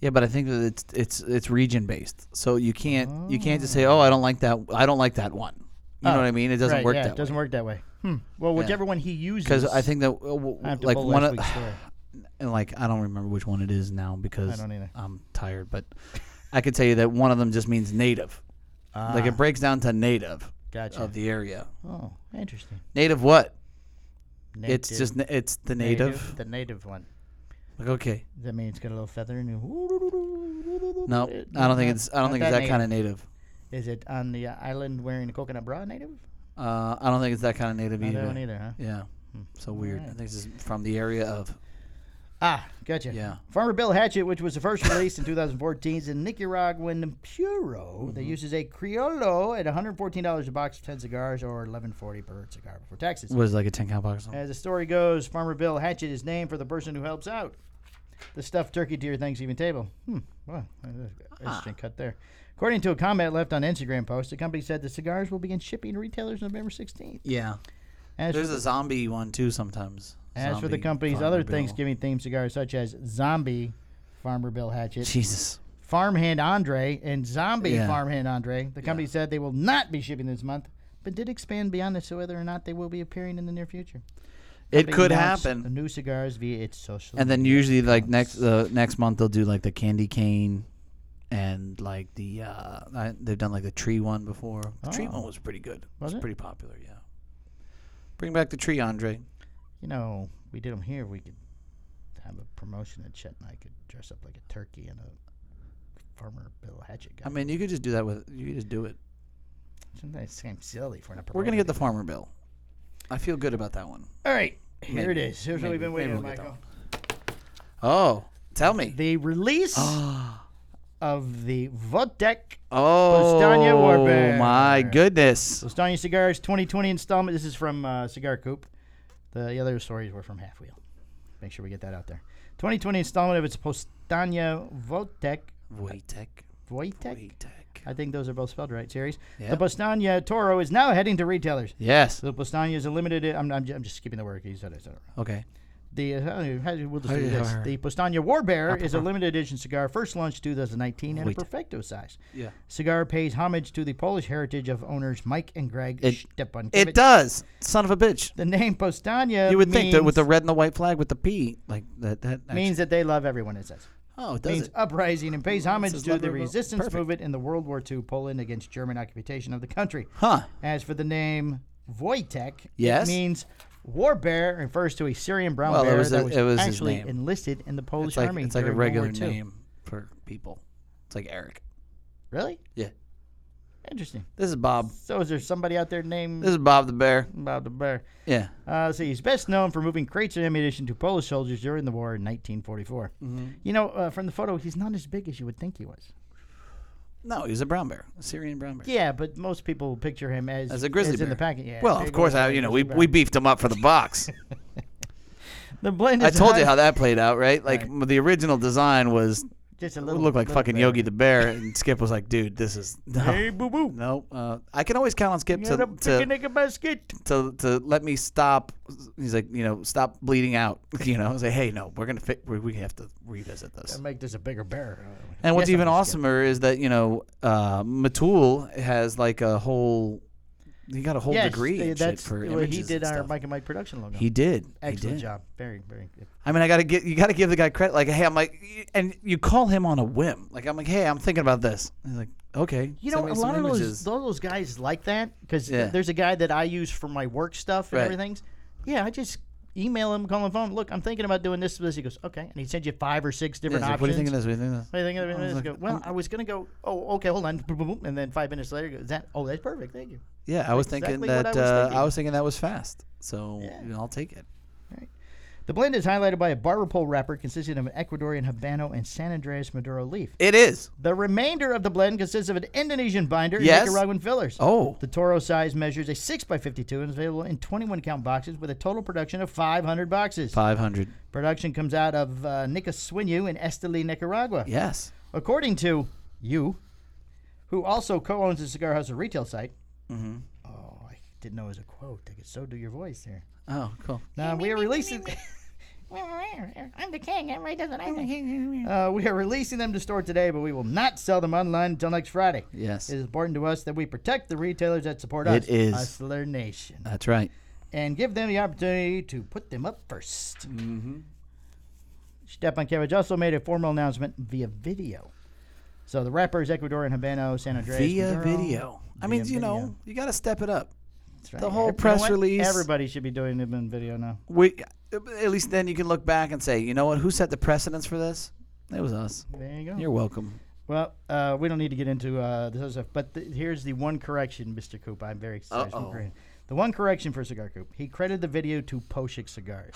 Yeah, but I think that it's it's it's region based, so you can't you can't just say, oh, I don't like that. I don't like that one. You Oh, know what I mean? It doesn't right, work yeah, that it doesn't work that way. Hmm. Well, whichever one he uses. because I think that uh, I w- have to like pull one last of week's story. and like I don't remember which one it is now because don't either. I'm tired, but I could tell you that one of them just means native. Like it breaks down to native Ah. Gotcha. of the area. oh, interesting. Native what? Native, It's just na- it's the native. The native one. Like okay, Does that mean it's got a little feather in you? no, I don't think it's I don't think it's that kind of native. Is it on the uh, island wearing a coconut bra native? Uh, I don't think it's that kind of native I either. Hmm, don't either, huh? Yeah, so weird. I think it's just from the area of. Ah, Gotcha. Yeah. Farmer Bill Hatchet, which was the first released in 2014, is a Nicaraguan puro Mm-hmm. that uses a Criollo at $114 a box of 10 cigars or $11.40 per cigar before taxes. Was like a ten count box. As the story goes, Farmer Bill Hatchet is named for the person who helps out. The stuffed turkey to your Thanksgiving table. Hmm. Well, Ah. interesting cut there. According to a comment left on Instagram post, the company said the cigars will begin shipping to retailers November 16th. Yeah. As There's for a zombie one too sometimes. As for the Zombie company's Farmer other Bill. Thanksgiving themed cigars, such as Zombie Farmer Bill Hatchet, Jesus. Farmhand Andre, and Zombie Yeah. Farmhand Andre, the company said they will not be shipping this month, but did expand beyond this to whether or not they will be appearing in the near future. It They could announced The happen. new cigars via its social. And then usually like next uh, next month they'll do like the candy cane and like the uh I, they've done like the tree one before. The tree Oh. one was pretty good. Was it was it? pretty popular, yeah. Bring back the tree, Andre. you know, we did them here. We could have a promotion, and Chet and I could dress up like a turkey and a Farmer Bill Hatchet guy. I mean, you could just do that with you could just do it. Doesn't that seem silly for an We're gonna get the farmer bill. I feel good about that one. All right, here it Maybe. is. Here's what we've Maybe- been waiting maybe on, we'll get that Michael. Oh, tell me. The release oh, of the Vodek Pastania Warbear. oh my goodness. Stanya Cigars 2020 installment. This is from uh, Cigar Coop. The, the other stories were from Half Wheel. Make sure we get that out there. 2020 installment of its Postania Votek. Wojtek. Voitek? Wojtek. I think those are both spelled right, series. Yeah. The Postania Toro is now heading to retailers. Yes. The Postania is a limited. I'm, I'm, ju- I'm just skipping the word. He said it. said it wrong. Okay. The, uh, we'll just How do you- this. how are- The Postania Warbear is a limited edition cigar, first launched 2019 in a Wait. perfecto size. Yeah. Cigar pays homage to the Polish heritage of owners Mike and Greg It- Stepankiewicz. It does. Son of a bitch. The name Postania You would means, think that with the red and the white flag with the P, like that. that actually- means that they love everyone, it says. oh, it means does it? uprising and pays homage says to love the everyone. resistance Perfect. movement in the World War II Poland against German occupation of the country. Huh. As for the name Wojtek, Yes. it means war bear, refers to a Syrian brown Well, it bear was that a- was, it was his actually name. enlisted in the Polish It's like, army. it's like a during World War regular II. name for people. It's like Eric. Really? Yeah. Interesting. This is Bob. So is there somebody out there named This is Bob the Bear. about the bear? Yeah. Uh, let's see, he's best known for moving crates of ammunition to Polish soldiers during the war in 1944. Mm-hmm. You know, uh, from the photo, he's not as big as you would think he was. No, he's a brown bear, a Syrian brown bear. Yeah, but most people picture him as As a grizzly in the bear. packet. Yeah, Well, of big course, old I, you know, we, grizzly we bear. beefed him up for the box. the blend. Is I told you high- how that played out, right? Like m the original design was just a it little looked like little fucking bear. Yogi the Bear, and Skip was like, "Dude, this is no, Hey, boo boo. no." Uh, I can always count on Skip Got to a to, picnic basket. to to let me stop. He's like, you know, stop bleeding out. You know, I was like, "Hey, no, we're gonna fi- we, we have to revisit this." Make this a bigger bear. And what's Yes, even I'm just awesomer is that you know, uh, Matul has like a whole. He got a whole kidding. Yes, degree. uh, and shit that's for what he images did. and Our stuff. Mike and Mike production logo. He did. He excellent did. job. Very very good. I mean, I gotta get you gotta give the guy credit. Like, hey, I'm like, y- and you call him on a whim. Like, I'm like, hey, I'm thinking about this. And he's like, okay. You send know, me a some lot of images." those, all those guys like that because Yeah. there's a guy that I use for my work stuff and Right. everything. Yeah, I just email him, call him phone. Look, I'm thinking about doing this. This he goes, okay, and he sends you five or six Yeah, different he's options. like, what do you think of this? What do you think of What this? do you think of this? I was like, Go, well, I was gonna go. Oh, okay, hold on, boom, boom, boom," and then five minutes later, go, that. Oh, that's perfect. Thank you. Yeah, I was thinking exactly what that. I was uh, thinking. I was thinking that was fast. So Yeah. you know, I'll take it. The blend is highlighted by a barber pole wrapper consisting of an Ecuadorian Habano and San Andreas Maduro leaf. It is. The remainder of the blend consists of an Indonesian binder Yes. and Nicaraguan fillers. Oh, The Toro size measures a 6x52 and is available in 21 count boxes with a total production of 500 boxes. five hundred. Production comes out of uh, Nicaswinyu in Esteli, Nicaragua. Yes. According to you, who also co owns the Cigar House a retail site. Mm-hmm. Oh, I didn't know it was a quote. I could so do your voice there. Oh, cool. Now, Uh, we are releasing. I'm the king. Everybody does what I say. Uh, we are releasing them to store today, but we will not sell them online until next Friday. Yes. It is important to us that we protect the retailers that support It us, is. Hustler Nation. That's right. and give them the opportunity to put them up 1st Mm-hmm. Stepankevich also made a formal announcement via video. So the rappers Ecuadorian Habano, San Andreas. Via Maduro. video. I mean, Via you know, video. you gotta step it up. That's right. the whole Ev- you know press what? release. Everybody should be doing them in video now. We, at least then you can look back and say, you know what? Who set the precedence for this? It was us. There you go. You're welcome. well, uh, we don't need to get into uh, this other stuff, but th- here's the one correction, Mr. Coop. I'm very excited. Uh-oh. The one correction for Cigar Coop. He credited the video to Poshik Cigars.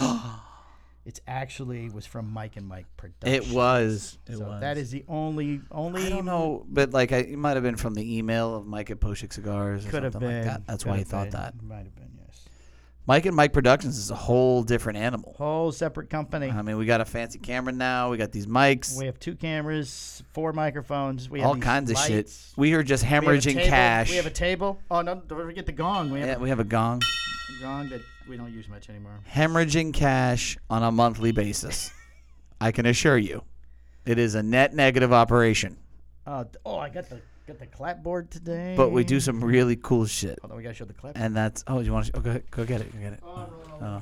It's actually was from Mike and Mike Productions. It was. It So was. that is the only only I don't know, but like I, it might have been from the email of Mike at Poshik Cigars or could have something been. like that. That's could why he have thought been, that. Might have been yes. Mike and Mike Productions is a whole different animal. Whole separate company. I mean, we got a fancy camera now. We got these mics, We have two cameras, four microphones. We have all these kinds of shit. lights. We are just We have a hemorrhaging table- cash. We have a table. Oh no! Don't forget the gong. We have yeah, we have a gong. a gong that we don't use much anymore. Hemorrhaging cash on a monthly basis. I can assure you, it is a net negative operation. Uh, th- oh, I got the got the clapboard today. But we do some really cool shit, Hold on, we gotta show the clap. and that's oh, you want to? Oh, go, ahead, go get it. Go get it. Oh.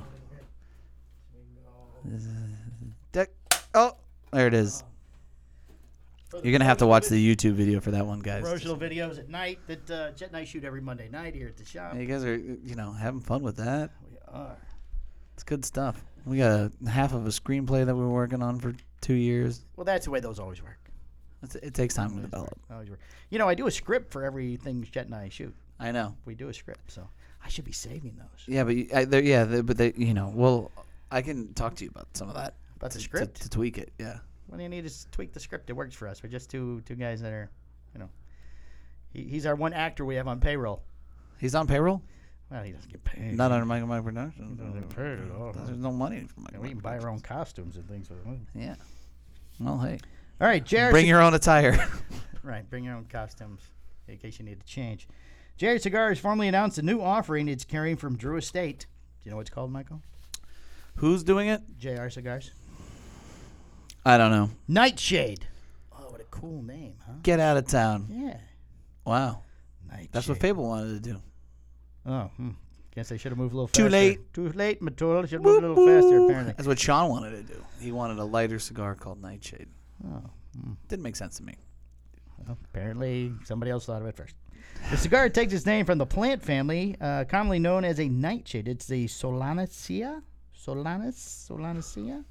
Deck. Oh, there it is. You're gonna have to watch the YouTube video for that one, guys. promotional videos at night that uh, Jet and I shoot every Monday night here at the shop. Yeah, You guys are, you know, having fun with that. We are. It's good stuff. We got a, half of a screenplay that we were working on for two years. Well, that's the way those always work. It's, it takes time to develop. Always work. You know, I do a script for everything Jet and I shoot. I know. We do a script, so I should be saving those. Yeah, but you- I, there- yeah, there- but they, you know, well, I can talk to you about some of that. About to- the to- script? to, tweak it. Yeah. What do you need is tweak the script. It works for us. We're just two two guys that are, you know. He, he's our one actor we have on payroll. He's on payroll. Well, he doesn't get paid. Not under Michael Mike Productions. doesn't get paid at all. There's no money for Michael. We can Mike buy our own costumes and things. All Productions. Yeah. Well, hey, right, Jared. bring your own attire. Right, bring your own costumes in case you need to change. Jerry Cigars formally announced a new offering it's carrying from Drew Estate. Do you know what it's called, Michael? Who's doing it? JR Cigars. I don't know. Nightshade. Oh, what a cool name, huh? Get out of town. Yeah. Wow. Nightshade. That's what Fable wanted to do. Oh, hmm. Guess they should have moved a little Too faster. late. Too late, Matul. Should have moved a little faster, apparently. That's what Sean wanted to do. He wanted a lighter cigar called Nightshade. Oh, Didn't make sense to me. Well, apparently, somebody else thought of it first. The cigar takes its name from the plant family, uh, commonly known as a nightshade. It's the Solanacea, Solanus, Solanacea,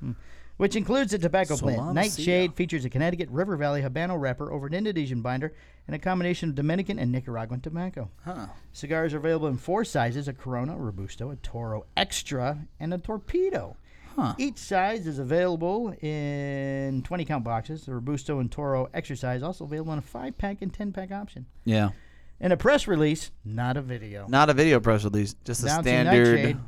Hmm. which includes the tobacco Solanacea. plant. Nightshade features a Connecticut River Valley Habano wrapper over an Indonesian binder and a combination of Dominican and Nicaraguan tobacco. Huh. Cigars are available in four sizes: a Corona, a Robusto, a Toro Extra, and a Torpedo. Huh. Each size is available in 20 count boxes. The Robusto and Toro Extra size also available in a 5 pack and 10 pack option. Yeah. In a press release, not a video. Not a video press release, just a Announcing standard. Nightshade,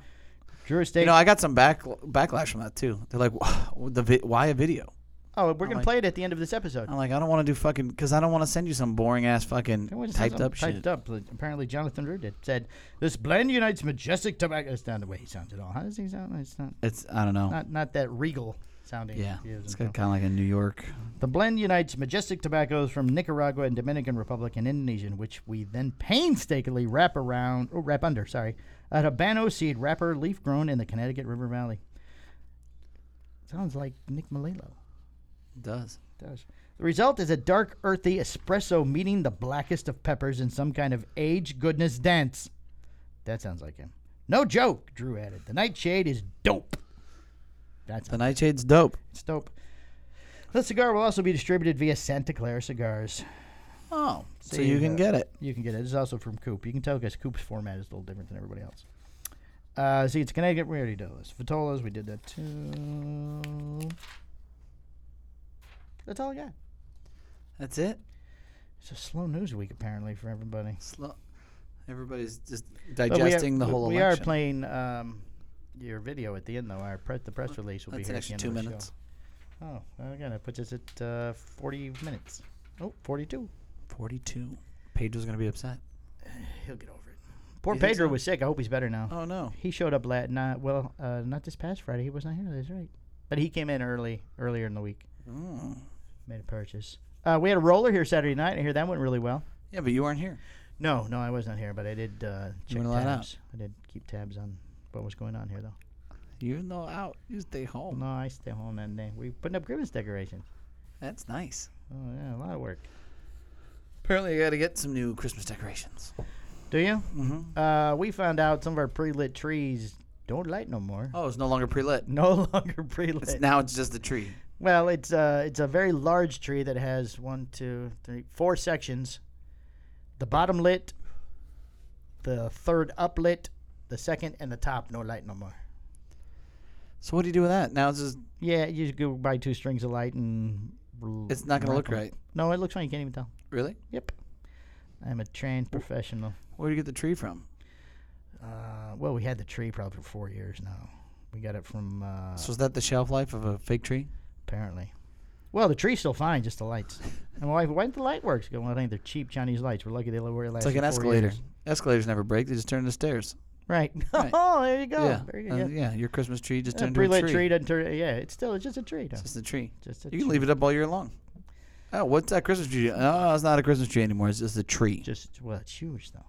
Drew Estate. You know, I got some back backlash from that too. They're like, "Wha- the vi- why a video? oh, we're going like- to play it at the end of this episode. I'm like, I don't want to do fucking because I don't want to send you some boring ass fucking It was typed something up shit. Typed up. Like, Apparently, Jonathan Drew did. Said, This blend unites majestic tobacco. That's not the way he sounds at all. How does he sound? It's not, It's I don't know. not, not that regal sounding. yeah, he is it's himself. kind of like a New York. The blend unites majestic tobaccos from Nicaragua and Dominican Republic and Indonesia, which we then painstakingly wrap around, oh, wrap under, sorry, a Habano seed wrapper leaf grown in the Connecticut River Valley. Sounds like Nick Malilo. It does. Does. The result is a dark, earthy espresso meeting the blackest of peppers in some kind of age goodness dance. That sounds like him. No joke, Drew added. The nightshade is dope. That's The Nightshade's dope. it's dope. The cigar will also be distributed via Santa Clara Cigars. Oh, so See, you can uh, get it. You can get it. It's also from Coop. You can tell because Coop's format is a little different than everybody else. Uh, see, it's Connecticut. We already did this. Vitolas, we did that too. That's all I got. That's it. It's a slow news week apparently for everybody. Slow. Everybody's just But we are- digesting the whole We election. are playing um, your video at the end though. Our press, the press release will That's be an here extra at the two end of the minutes. Show. Oh, well, again, it puts us at uh, 40 minutes. Oh, 42. 42. Pedro's going to be upset. He'll get over it. Poor You think Pedro so? was sick. I hope he's better now. Oh, no. He showed up late. Not well. Uh, not this past Friday. He was not here. That's right. But he came in early, earlier in the week. Mm. Made a purchase. Uh, we had a roller here Saturday night. I hear that went really well. Yeah, but you weren't here. No, no, I was not here, but I did uh, check went a lot out. tabs. I did keep tabs on what was going on here, though. Oh, You're no out. You stay home. No, I stay home that day. We putting up Christmas decorations. That's nice. Oh yeah, a lot of work. Apparently, you got to get some new Christmas decorations. Do you? Mm-hmm. Uh, we found out some of our pre-lit trees don't light no more. Oh, it's no longer pre lit. No longer pre-lit. It's, now it's just a tree. Well, it's uh, it's a very large tree that has one, two, three, four sections. The bottom lit, the third up lit, the second and the top no light no more. So what do you do with that? Now it's just Yeah, you just go buy two strings of light and. r- it's not gonna wrap look 'em. right. No, it looks fine. You can't even tell. Really? Yep. I'm a trained professional. Where do you get the tree from? Uh, well, we had the tree probably for four years now. We got it from uh, So is that the shelf life of a fake tree? apparently. Well, the tree's still fine, just the lights. And why? Why did the light works go? Well, I think they're cheap Chinese lights. We're lucky they were last. It's like an escalator. Escalators never break; they just turn into stairs. Right. Right. oh, there you go. yeah, Very Uh, good. Yeah. yeah. Your Christmas tree just A turned into a pre-lit tree. tree doesn't turn. Yeah, it's still it's just a tree. Though. It's just a tree. Just a You can tree. leave it up all year long. Oh, what's that Christmas tree? No, it's not a Christmas tree anymore. It's just a tree. Just well, it's huge though. Oh,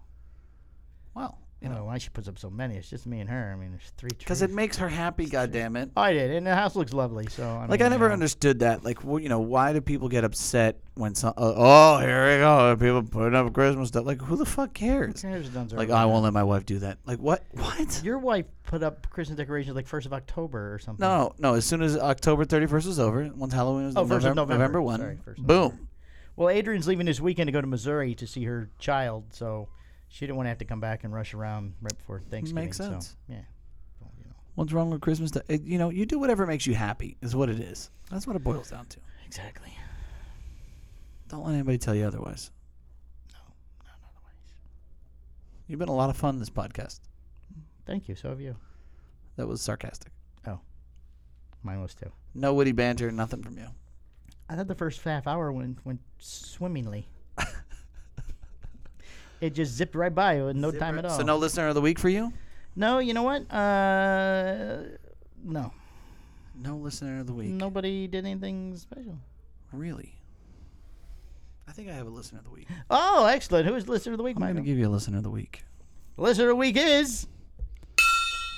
Wow. You know why she puts up so many? It's just me and her. I mean, there's three trees. Because it makes her happy. God damn it. I did, and the house looks lovely. So I mean, Like I never you know, understood that. Like, wh- you know, why do people get upset when some? Uh, oh, here we go. People putting up Christmas stuff. Like, who the fuck cares? Who cares? It doesn't Like, really I won't matter. let my wife do that. Like, what? What? Your wife put up Christmas decorations like first of October or something. No, no. As soon as October thirty first was over, once Halloween was Oh, first November, of November. one, Sorry, first of boom. Well, Adrian's leaving this weekend to go to Missouri to see her child, so she didn't want to have to come back and rush around right before Thanksgiving. Makes sense. So, yeah. Well, you know, What's wrong with Christmas? Day? It- you know, you do whatever makes you happy is what it is. That's what it boils down to. exactly. Don't let anybody tell you otherwise. You've been a lot of fun this podcast. Thank you. So have you. That was sarcastic. Mine was too. No witty banter, nothing from you. I thought the first half hour went went swimmingly. it just zipped right by with no time at all. So no listener of the week for you? No, you know what? Uh, no. No listener of the week. Nobody did anything special. Really? I think I have a listener of the week. Oh, excellent. Who is listener of the week, I'm going to Michael? give you a listener of the week. Listener of the week is.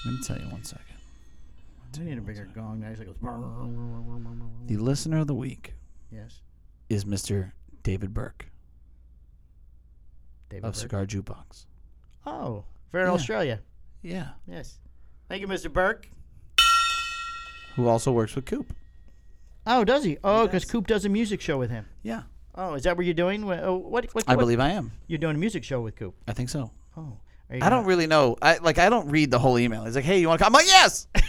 Let me tell you one second. I need a bigger gong. That actually goes. The listener of the week Yes. is Mr. David Burke David of Burke. Cigar Jukebox. Oh, for in Yeah. Australia. Yeah. Yes. Thank you, Mr. Burke. Who also works with Coop. Oh, does he? Oh, because does. Coop does a music show with him. Yeah. Oh, is that what you're doing? Wha- oh, What? what, I what- believe I am. you're doing a music show with Coop. I think so. Oh, are you I don't gonna- really know. I like I don't read the whole email. He's like, "Hey, you want to come?" I'm like, "Yes,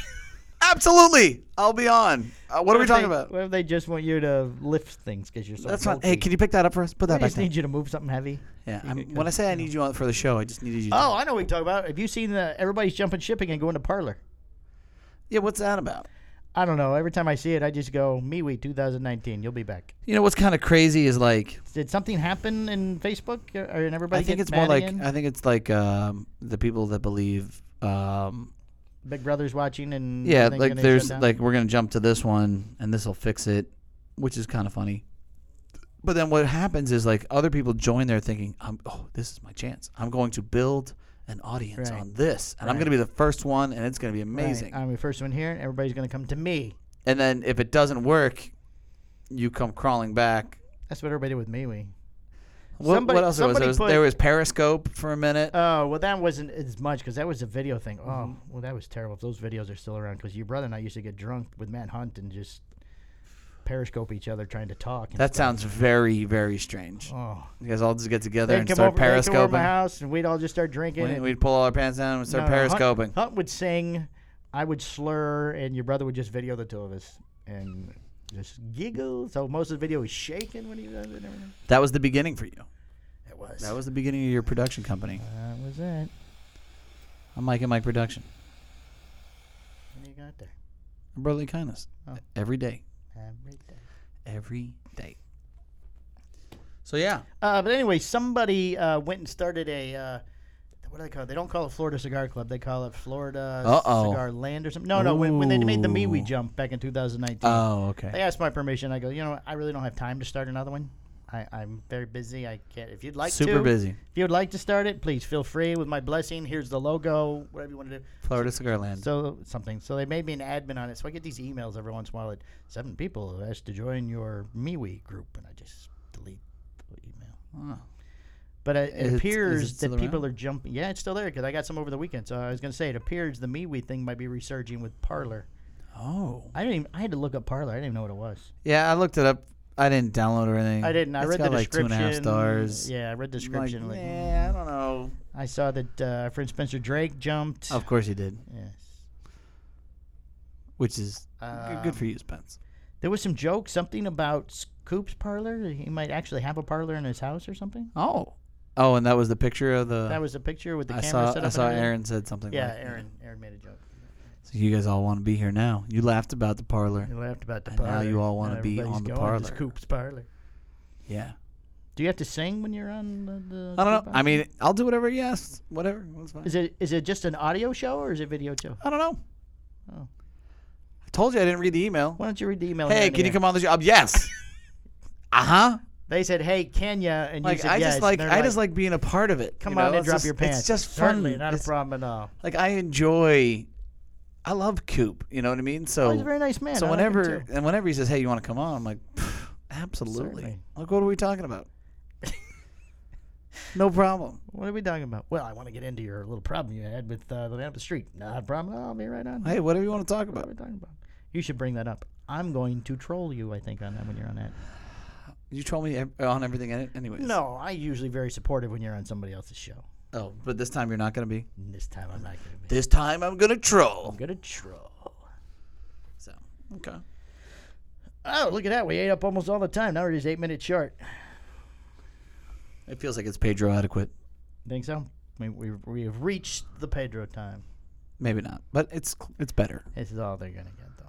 absolutely. I'll be on." Uh, what are we if talking they- about? What if they just want you to lift things because you're so? That's fine. bulky? Hey, can you pick that up for us? Put I that back just down. need you to move something heavy. Yeah. you I'm, could- when I say I need you on for the show, I just needed you. to- Oh, I know what you're talking about. Have you seen the everybody's jumping shipping and going to parlor? yeah. What's that about? I don't know. Every time I see it, I just go, MeWe 2019. You'll be back. You know what's kind of crazy is like Did something happen in Facebook? Or, or everybody? I think get it's more mad like again? I think it's like um, the people that believe um, Big Brother's watching and yeah everything like gonna there's shut down? like we're gonna jump to this one and this will fix it, which is kind of funny. But then what happens is like other people join there thinking, um, oh, this is my chance. I'm going to build an audience Right. on this, and I'm Right. gonna be the first one, and it's gonna be Right, Uh, amazing. I'm the first one here, and everybody's going to come to me. and then if it doesn't work, you come crawling back. That's what everybody did with MeWe. What, Somebody- what else there was? There somebody was, put- there was Periscope for a minute. Oh, well, that wasn't as much because that was a video thing. Oh, well, that was terrible. If those videos are still around, because your brother and I used to get drunk with Matt Hunt and just periscope each other trying to talk. And that stuff. sounds very, very strange. Oh. You guys all just get together They'd and come, start over, they'd come over to my periscoping. house, and we'd all just start drinking. We- and- We'd pull all our pants down and start No, no, Hunt- periscoping. Hunt would sing, I would slur, and your brother would just video the two of us and just giggle. So most of the video was shaking when he does it and everything. That was the beginning for you. It was. That was the beginning of your production company. That was it. I'm Mike and Mike Production. When you got there. i Brotherly Kindness. Oh. Every day. Every day. Every day. So, yeah. Uh, but anyway, somebody uh, went and started a. Uh, what do they call it? They don't call it Florida Cigar Club. They call it Florida Uh-oh. Cigar Land or something. No, no. When, when they made the MeWe Ooh. jump back in 2019, Oh, they okay. asked my permission. I go, you know, what? I really don't have time to start another one. I, I'm very busy. I can't. If you'd like Super to, busy. If you would like to start it, please feel free with my blessing. Here's the logo, whatever you want to do. Florida Cigar Land. So something. So they made me an admin on it. So I get these emails every once in a while that seven people have asked to join your MeWe group, and I just delete the email. Oh. But it, Is it- it is appears it still that people around? are jumping. Yeah, it's still there because I got some over the weekend. So I was going to say it appears the MeWe thing might be resurging with Parlor. Oh. I didn't. Even, I had to look up Parlor. I didn't even know what it was. Yeah, I looked it up. I didn't download or anything. I didn't. I It's read got the like two description. and a half stars. Yeah, I read the I'm like, description. like, mm." yeah, I don't know. I Oh, saw that uh, our friend Spencer Drake jumped. Of course you did. Yes. which is g- good for you, Spence. Um, There was some joke, something about Scoop's parlor. that He might actually have a parlor in his house or something. Oh, oh, and that was the picture of the. That was a picture with the I camera saw. set up. I and saw everything. Aaron said something. Yeah, like, Aaron. Aaron made a joke. So you guys all want to be here now. You laughed about the parlor. He laughed about the And now parlor. you all wanna Now be everybody's on the going to parlor. Scoop's parlor. Yeah. Do you have to sing when you're on the? the I don't Scoop know. Parlor? I mean, I'll do whatever he asks. Whatever. That's fine. is it is it just an audio show or is it video too? I don't know. Oh. I told you I didn't read the email. Why don't you read the email? and Hey, then can you here? come on the show? Um, yes. uh huh. They said, "Hey, Kenya," and you Like said, I yes. just and like they're I just like being a part of it. Come you know? on and It's drop just- your pants. It's just fun. Certainly not It's- a problem at all. Like I enjoy. I love Coop. You know what I mean? So Oh, he's a very nice man. So I like him, whenever too. and whenever he says, "Hey, you want to come on?" I'm like, "Pff, "Absolutely." Certainly. Like, what are we talking about? no problem. what are we talking about? Well, I want to get into your little problem you had with uh, the man up the street. Not a problem. at all. I'll be right on. Hey, whatever you want to talk What are about. we talking about? You should bring that up. I'm going to troll you. I think on that when you're on that. You troll me ev- on everything, any- anyways. No, I usually very supportive when you're on somebody else's show. Oh, but this time you're not gonna be. And this time I'm not gonna be. This time I'm gonna troll. I'm gonna troll. So okay. Oh, look at that! We ate up almost all the time. Now we're just eight minutes short. It feels like it's Pedro adequate. Think so? We we we have reached the Pedro time. Maybe not, but it's cl- it's better. This is all they're gonna get though.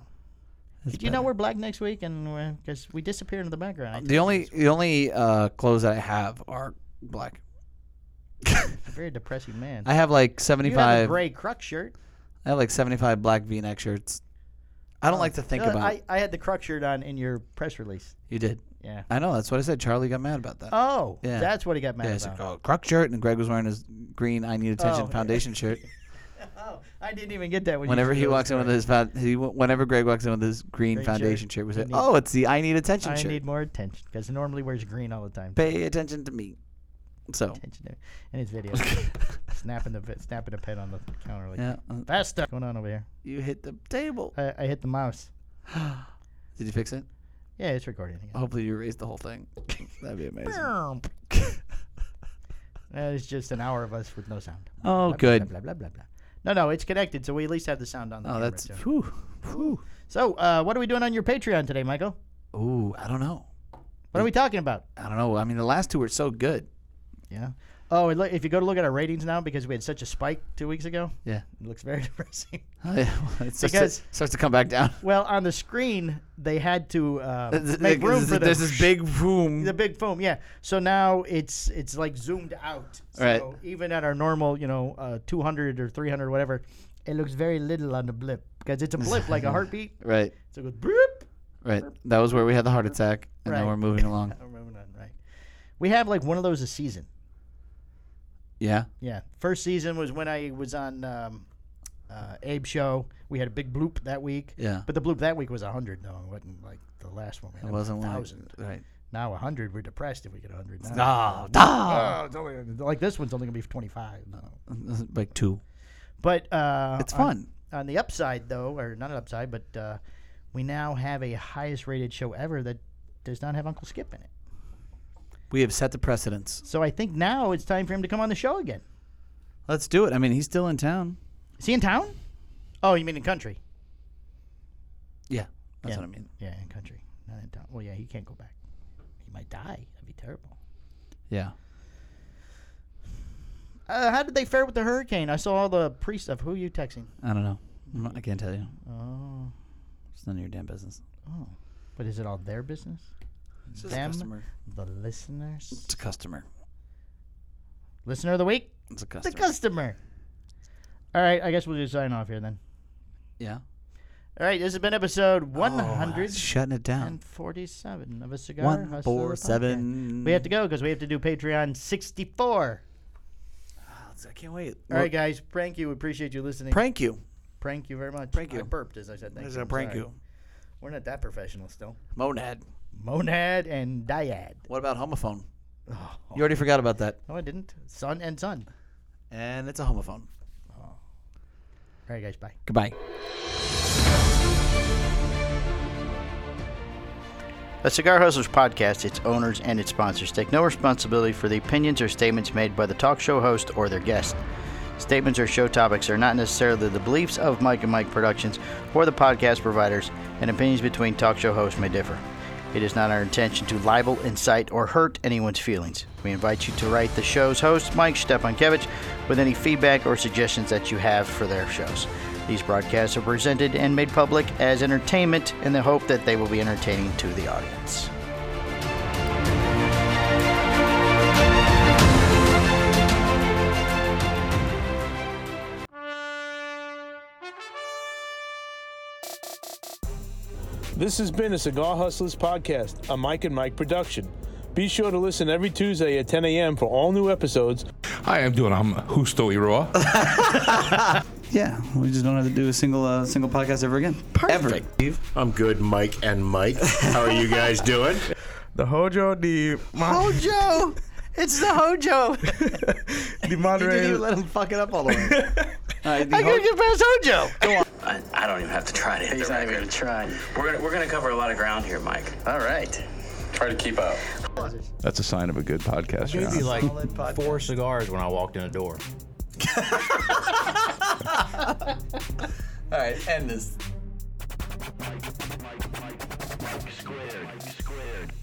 It's Did you know better. we're black next week and because we disappear into the background? I the only the only uh, clothes that I have are black. I'm a very depressing man. I have like you have a 75. gray Crux shirt. I have like 75 black V-neck shirts. I don't like to think Oh. No, about. Uh, I, I had the Crux shirt on in your press release. you did. Yeah. I know. That's what I said. Charlie got mad about that. Oh, Yeah. that's what he got mad yeah, it's about. like, oh, croc shirt, and Greg was wearing his green "I Need Attention" Oh, yeah. foundation shirt. Oh, I didn't even get that. When you Whenever said he those walks in with words. his, found, he, whenever Greg walks in with his green Green foundation shirt. shirt, we I say, need- "Oh, it's the I Need Attention I shirt." need more attention because he normally wears green all the time. Pay attention to me. So, Attention to- in his video, snapping the vi- snapping the pen on the counter like yeah, uh, fast stuff going on over here. you hit the table. I, I hit the mouse. Did you fix it? Yeah, it's recording. Again. Hopefully, you erased the whole thing. That'd be amazing. Uh, it's just an hour of us with no sound. Oh, Blah, good. Blah, blah, blah, blah. No, no, it's connected, so we at least have the sound on. The Oh, camera, that's too. whew, whew. so. Uh, what are we doing on your Patreon today, Michael? Ooh, I don't know. What are we talking about? I don't know. I mean, the last two were so good. Yeah. Oh, and look, if you go to look at our ratings now, because we had such a spike two weeks ago, Yeah. it looks very depressing. it starts, Because- to, starts to come back down. Well, on the screen, they had to uh, make room There's for the, this big room. the big foam. Yeah. So now it's it's like zoomed out. So Right. even at our normal, you know, uh, 200 or 300, whatever, it looks very little on the blip because it's a blip like a heartbeat. Right, So it goes bloop. right. That was where we had the heart attack, and now Right. we're moving along. I'm moving on, right. We have like one of those a season. Yeah. Yeah. First season was when I was on um, uh, Abe's show. We had a big bloop that week. Yeah. But the bloop that week was 100, though. It wasn't like the last one. We had It wasn't like- 1,000. right. Now 100, we're depressed if we get 100. Now. Ah, ah. Oh, it's only, like this one's only gonna be 25. Like two. But uh, It's on- fun. On, the upside, though, or not an upside, but uh, we now have a highest rated show ever that does not have Uncle Skip in it. We have set the precedence. So I think now it's time for him to come on the show again. Let's do it. I mean, he's still in town. Is he in town? Oh, you mean in country? Yeah. That's Yeah. what I mean. Yeah, in country, not in town. Well, yeah, he can't go back. He might die. That'd be terrible. Yeah. Uh, how did they fare with the hurricane? I saw all the pre stuff. Who are you texting? I don't know. I'm not, I can't tell you. Oh, It's none of your damn business. oh. But is it all their business? It's just a Them. customer. The listeners. It's a customer. Listener of the week. It's a the customer. customer. All right, I guess we'll just sign off here then. yeah. All right, this has been episode Oh, shutting it down. 147 of a cigar. One, Hustler four, podcast. seven. We have to go because we have to do Patreon 64. I can't wait. All right, guys, prank you. Appreciate you listening. Prank you. Prank you very much. Prank I you. burped as I said. Thank There's you. a I'm prank sorry. you. We're not that professional still. Monad. Monad and dyad. What about homophone? Oh, You already forgot about that. no, I didn't. Sun and sun. And it's a homophone. All right, guys, bye. Goodbye. The Cigar Hustlers podcast, its owners, and its sponsors take no responsibility for the opinions or statements made by the talk show host or their guest. Statements or show topics are not necessarily the beliefs of Mike and Mike Productions or the podcast providers, and opinions between talk show hosts may differ. It is not our intention to libel, incite, or hurt anyone's feelings. We invite you to write the show's host, Mike Stepankevich, with any feedback or suggestions that you have for their shows. These broadcasts are presented and made public as entertainment in the hope that they will be entertaining to the audience. This has been a Cigar Hustlers podcast, a Mike and Mike production. Be sure to listen every Tuesday at 10 a.m. for all new episodes Hi, I'm doing. I'm Husto Iroa. Yeah, we just don't have to do a single uh, single podcast ever again. Perfect. Ever. I'm good, Mike and Mike. How are you guys doing? The Hojo, the mo- Hojo! It's the Hojo! the You didn't moderator. even let him fuck it up all the way. all right, the I ho- gotta get past Hojo! I, I don't even have to try to hit He's the not record. even gonna try. We're gonna we're gonna cover a lot of ground here, Mike. All right. Try to keep up. That's a sign of a good podcast. you're Maybe on. like four cigars when I walked in the door. all right, end this. Mike squared. Mike squared.